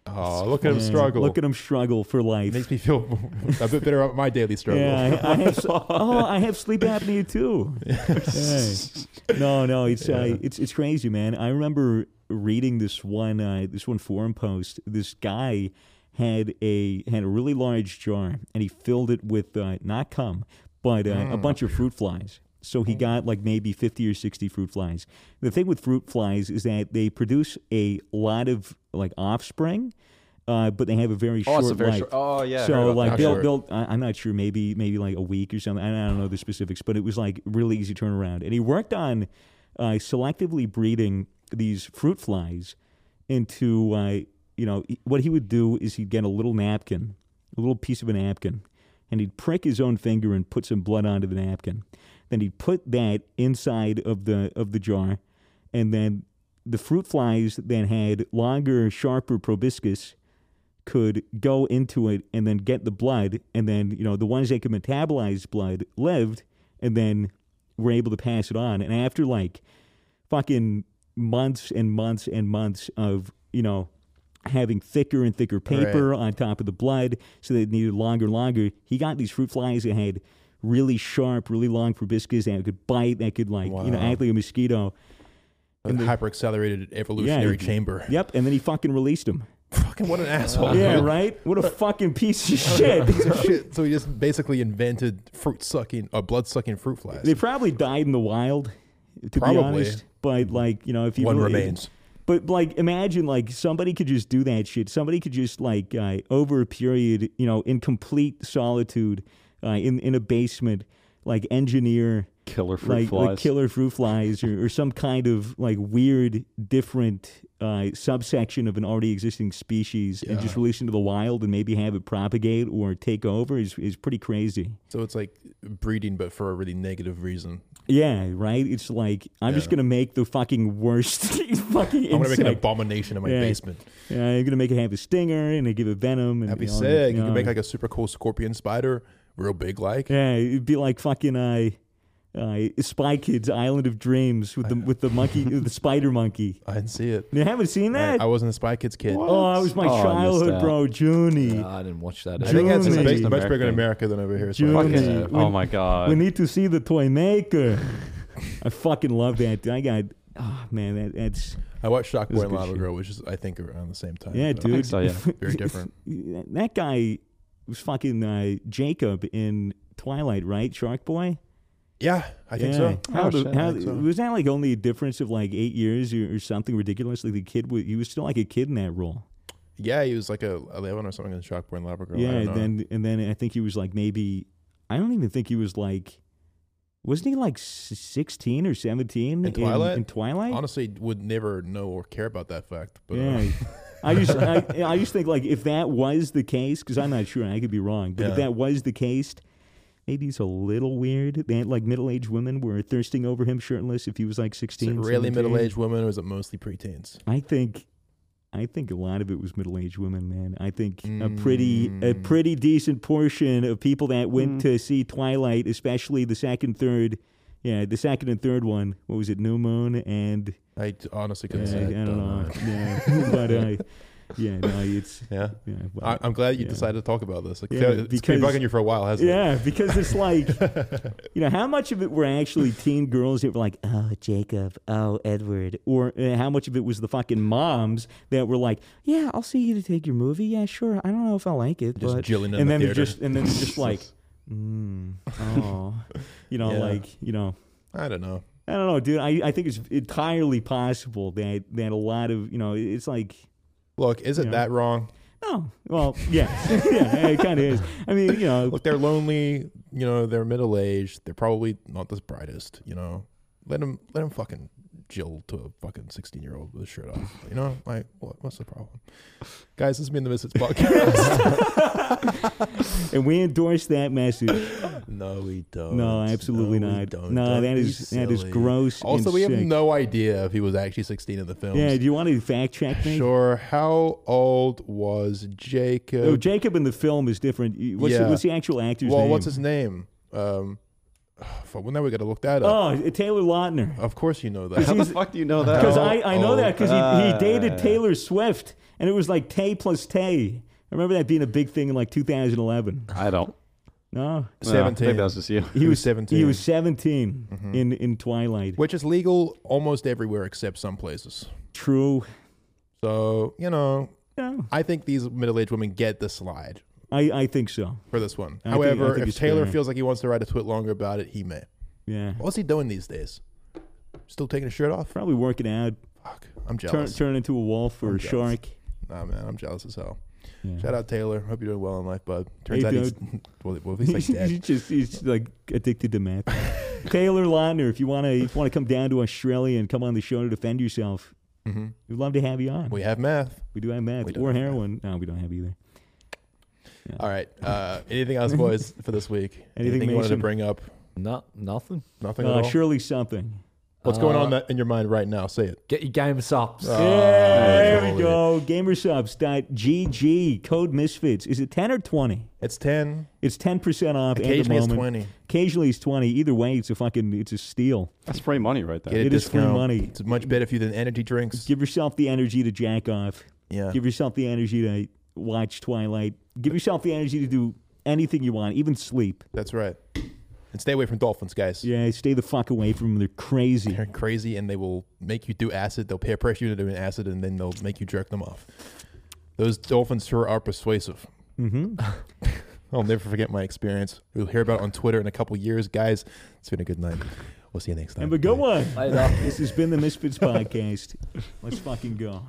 Speaker 1: Oh, look at him
Speaker 2: Yeah.
Speaker 1: struggle.
Speaker 2: Look at them struggle for life.
Speaker 1: *laughs* it makes me feel a bit better about my daily struggle. *laughs*
Speaker 2: Yeah, I, I
Speaker 3: *laughs*
Speaker 2: have, s- oh, I have sleep apnea too. Yeah. No, no, it's uh, it's it's crazy, man. I remember reading this one uh, this one forum post. This guy had a had a really large jar, and he filled it with uh, not cum, but uh,
Speaker 3: Mm.
Speaker 2: a bunch of fruit flies. So he got like maybe fifty or sixty fruit flies. The thing with fruit flies is that they produce a lot of like offspring, uh, but they have a very
Speaker 3: Oh,
Speaker 2: short
Speaker 3: it's a very
Speaker 2: life.
Speaker 3: short- oh, yeah, I heard
Speaker 2: So
Speaker 3: about
Speaker 2: like
Speaker 1: that.
Speaker 2: they'll,
Speaker 1: Sure.
Speaker 2: built- I- I'm not sure, maybe maybe like a week or something. I I don't know the specifics, but it was like really easy turnaround. And he worked on uh, selectively breeding these fruit flies into, uh, you know, he- what he would do is he'd get a little napkin, a little piece of a napkin, and he'd prick his own finger and put some blood onto the napkin. Then he'd put that inside of the of the jar, and then the fruit flies that had longer, sharper proboscis could go into it and then get the blood, and then you know the ones that could metabolize blood lived, and then were able to pass it on. And after like fucking months and months and months of you know having thicker and thicker paper on top of the blood, so they needed longer, longer. He got these fruit flies that had really sharp, really long proboscis that could bite, that could like you know
Speaker 1: Wow.
Speaker 2: act like a mosquito.
Speaker 1: hyper accelerated evolutionary chamber.
Speaker 2: *laughs* Yep, and then he fucking released him.
Speaker 1: fucking what an asshole.
Speaker 2: Yeah, right? What a fucking piece of shit.
Speaker 1: *laughs* Shit. So he just basically invented fruit sucking, uh, blood sucking fruit flies.
Speaker 2: They probably died in the wild, to
Speaker 1: Probably.
Speaker 2: be honest. But like you know, if you
Speaker 1: One
Speaker 2: really-
Speaker 1: remains.
Speaker 2: But like, imagine like somebody could just do that shit. Somebody could just like uh, over a period, you know, in complete solitude, uh, in in a basement, like engineer
Speaker 3: Killer fruit
Speaker 2: like,
Speaker 3: flies.
Speaker 2: like killer fruit flies or, or some kind of like weird different uh, subsection of an already existing species and just release into the wild and maybe have it propagate or take over is, is pretty crazy.
Speaker 1: So it's like breeding, but for a really negative reason.
Speaker 2: Yeah, right? It's like, I'm just going to make the fucking worst *laughs* fucking
Speaker 1: I'm gonna
Speaker 2: insect.
Speaker 1: make an abomination in my
Speaker 2: Yeah.
Speaker 1: basement.
Speaker 2: yeah, I'm going to make it have a stinger and I give it venom. And,
Speaker 1: That'd be
Speaker 2: you know,
Speaker 1: sick.
Speaker 2: you
Speaker 1: You can
Speaker 2: know.
Speaker 1: make like a super cool scorpion spider, real big like.
Speaker 2: Yeah, it'd be like fucking uh, uh, Spy Kids Island of Dreams with the, with the monkey, the spider monkey.
Speaker 1: I didn't see it.
Speaker 2: You haven't seen that?
Speaker 1: I, I wasn't a Spy Kids kid.
Speaker 2: Oh, it was my
Speaker 3: Oh, I missed
Speaker 2: childhood,
Speaker 3: out.
Speaker 2: bro. Junie.
Speaker 4: Nah, I didn't watch that.
Speaker 1: I
Speaker 4: eh?
Speaker 1: think that's
Speaker 2: Junie.
Speaker 1: it's big, much
Speaker 3: America.
Speaker 1: bigger in America than over here. So
Speaker 2: Junie.
Speaker 1: I
Speaker 3: Fucking-
Speaker 1: guess-
Speaker 2: Yeah.
Speaker 3: oh my god.
Speaker 2: we need to see the
Speaker 1: *laughs*
Speaker 2: toy maker. I fucking love that. dude. I got. Oh man, that, that's
Speaker 1: I watched Shockboy and
Speaker 3: good
Speaker 1: Lava
Speaker 3: shit.
Speaker 1: Girl, which is I think around the same time.
Speaker 2: yeah,
Speaker 1: but
Speaker 2: dude.
Speaker 3: so, yeah.
Speaker 2: *laughs*
Speaker 1: Very different.
Speaker 2: that guy was fucking uh, Jacob in Twilight, right? Shark Boy.
Speaker 1: Yeah, I think
Speaker 2: yeah.
Speaker 1: so.
Speaker 2: How,
Speaker 3: Oh,
Speaker 2: the-
Speaker 3: shit, I
Speaker 2: how-
Speaker 1: think so.
Speaker 2: was that like only a difference of like eight years or, or something ridiculous? Like the kid, was, he was still like a kid in that role.
Speaker 1: Yeah, he was like a eleven or something in Shockboy and Lava Girl. I
Speaker 2: yeah,
Speaker 1: don't know.
Speaker 2: and then and then I think he was like maybe I don't even think he was like wasn't he like s- sixteen or seventeen
Speaker 1: In Twilight?
Speaker 2: In, Twilight,
Speaker 1: honestly would never know or care about that fact. But uh,
Speaker 2: yeah. *laughs* I
Speaker 1: *laughs*
Speaker 2: just I, I just think like if that was the case because I'm not sure I could be wrong, but if
Speaker 1: Yeah.
Speaker 2: that was the case, maybe it's a little weird that like middle aged women were thirsting over him shirtless if he was like
Speaker 1: is it
Speaker 2: sixteen.
Speaker 1: really
Speaker 2: 17.
Speaker 1: middle aged women or is it mostly preteens?
Speaker 2: I think. I think a lot of it was middle-aged women, man. I think a pretty, a
Speaker 1: Mm.
Speaker 2: pretty decent portion of people that went to see Twilight, especially the second, third, yeah, the second and third one. What was it, New Moon and
Speaker 1: I d- honestly
Speaker 2: uh, I
Speaker 1: couldn't say.
Speaker 2: don't, know,
Speaker 1: know. *laughs*
Speaker 2: yeah, but uh, yeah, no, it's
Speaker 1: Yeah.
Speaker 2: yeah, well,
Speaker 1: I, I'm glad you
Speaker 2: yeah.
Speaker 1: decided to talk about this. Like,
Speaker 2: Yeah,
Speaker 1: it's been
Speaker 2: because-
Speaker 1: bugging you for a while, hasn't it?
Speaker 2: yeah, because
Speaker 1: *laughs*
Speaker 2: it's like, you know, how much of it were actually teen girls that were like, oh, Jacob, oh, Edward, or uh, how much of it was the fucking moms that were like, yeah, I'll see you to take your movie. Yeah, sure. I don't know if I like it,
Speaker 1: Just
Speaker 2: but
Speaker 1: jilling in
Speaker 2: and
Speaker 1: the
Speaker 2: then they're
Speaker 1: theater.
Speaker 2: just and then they're
Speaker 1: *laughs*
Speaker 2: just like, mm, oh, you know,
Speaker 1: Yeah.
Speaker 2: like you know.
Speaker 1: I don't know.
Speaker 2: I don't know, dude. I, I think it's entirely possible that, that a lot of, you know, it's like,
Speaker 1: Look, is it
Speaker 2: Yeah.
Speaker 1: that wrong?
Speaker 2: oh, well, yeah, *laughs* yeah, it kind of is. I mean, you know,
Speaker 1: Look, they're lonely. You know, they're middle aged. They're probably not the brightest. You know, let them let them fucking jill to a fucking sixteen year old with a shirt off. You know, like what, what's the problem, guys? This has been the Misfits
Speaker 2: *laughs*
Speaker 1: podcast.
Speaker 2: and we endorse that message.
Speaker 1: no, we don't.
Speaker 2: No, absolutely
Speaker 1: we
Speaker 2: not.
Speaker 1: don't.
Speaker 2: No,
Speaker 1: Don't
Speaker 2: that
Speaker 1: be
Speaker 2: is- that is
Speaker 1: silly.
Speaker 2: gross
Speaker 1: Also,
Speaker 2: and
Speaker 1: we have
Speaker 2: sick.
Speaker 1: no idea if he was actually sixteen in the film.
Speaker 2: Yeah, do you want to fact check me?
Speaker 1: Sure. How old was Jacob?
Speaker 2: Oh, Jacob in the film is different. You- What's,
Speaker 1: Yeah.
Speaker 2: the, what's the actual actor's
Speaker 1: well,
Speaker 2: name?
Speaker 1: what's his name? Um, *sighs* fuck, well, now we got to look that up.
Speaker 2: Oh, Taylor Lautner.
Speaker 1: Of course, you know that.
Speaker 3: How the
Speaker 2: he's-
Speaker 3: fuck do you know
Speaker 2: Because
Speaker 3: that?
Speaker 2: I, I know
Speaker 1: Oh,
Speaker 2: that because he, he dated
Speaker 3: uh,
Speaker 2: Taylor Swift, and it was like Tay plus Tay. I remember that being a big thing in like 2011.
Speaker 3: I don't.
Speaker 2: No,
Speaker 3: no,
Speaker 1: Seventeen.
Speaker 3: maybe that was just you.
Speaker 1: He was Mm-hmm. 17.
Speaker 2: He was 17 in, in Twilight.
Speaker 1: which is legal almost everywhere except some places.
Speaker 2: True.
Speaker 1: So, you know,
Speaker 2: No,
Speaker 1: I think these middle aged women get the slide
Speaker 2: I, I think so.
Speaker 1: for this one.
Speaker 2: I think- I
Speaker 1: However,
Speaker 2: think
Speaker 1: if
Speaker 2: it's
Speaker 1: Taylor
Speaker 2: fair.
Speaker 1: feels like he wants to write a tweet longer about it, he may.
Speaker 2: Yeah,
Speaker 1: What's he doing these days? Still taking his shirt off?
Speaker 2: probably working out,
Speaker 1: Fuck. I'm
Speaker 2: turn,
Speaker 1: jealous.
Speaker 2: turn into a wolf or
Speaker 1: I'm
Speaker 2: a
Speaker 1: jealous.
Speaker 2: shark.
Speaker 1: Nah, man, I'm jealous as hell.
Speaker 2: Yeah.
Speaker 1: Shout out Taylor. Hope you're doing well in life, bud. Turns
Speaker 2: Hey,
Speaker 1: out he's *laughs* well, well, he's
Speaker 2: *laughs*
Speaker 1: like
Speaker 2: he's
Speaker 1: dead.
Speaker 2: just he's like addicted to meth. Taylor Lautner, if you want to if you want to come down to Australia and come on the show to defend yourself,
Speaker 1: hmm
Speaker 2: we'd love to have you on.
Speaker 1: We have math.
Speaker 2: we do have
Speaker 1: we
Speaker 2: meth
Speaker 1: don't
Speaker 2: or
Speaker 1: have meth.
Speaker 2: heroin. No, we don't have either.
Speaker 1: All right. Uh, anything else, boys, for this week?
Speaker 2: *laughs* Anything,
Speaker 1: you wanted to
Speaker 2: Mason?
Speaker 1: bring up?
Speaker 4: No, nothing.
Speaker 1: Nothing at
Speaker 2: Uh,
Speaker 1: all?
Speaker 2: surely something.
Speaker 1: What's going
Speaker 4: Uh,
Speaker 1: on that- in your mind right now? Say it.
Speaker 4: Get your game subs.
Speaker 1: Oh,
Speaker 2: yeah, there
Speaker 1: holy.
Speaker 2: we go. Gamersubs.gg code misfits. Is it ten or twenty?
Speaker 1: It's 10.
Speaker 2: It's ten percent off at the
Speaker 1: Occasionally,
Speaker 2: moment.
Speaker 1: it's 20.
Speaker 2: Occasionally it's twenty. Either way, it's a fucking it's a steal.
Speaker 3: That's free money right there.
Speaker 1: Get a
Speaker 2: It is free
Speaker 1: discount.
Speaker 2: money.
Speaker 1: It's much better for you than energy drinks.
Speaker 2: Give yourself the energy to jack off.
Speaker 1: yeah.
Speaker 2: Give yourself the energy to watch Twilight. Give yourself the energy to do anything you want, even sleep.
Speaker 1: That's right. And stay away from dolphins, guys.
Speaker 2: Yeah, stay the fuck away from them. They're crazy.
Speaker 1: They're crazy and they will make you do acid. They'll peer pressure you to do an acid and then they'll make you jerk them off. Those dolphins sure are persuasive.
Speaker 2: Mm-hmm.
Speaker 1: I'll never forget my experience. We'll hear about it on Twitter in a couple years, guys. It's been a good night. We'll see you next time.
Speaker 2: Have a good
Speaker 1: Bye.
Speaker 2: one.
Speaker 4: Later.
Speaker 2: This has been the Misfits podcast. Let's fucking go.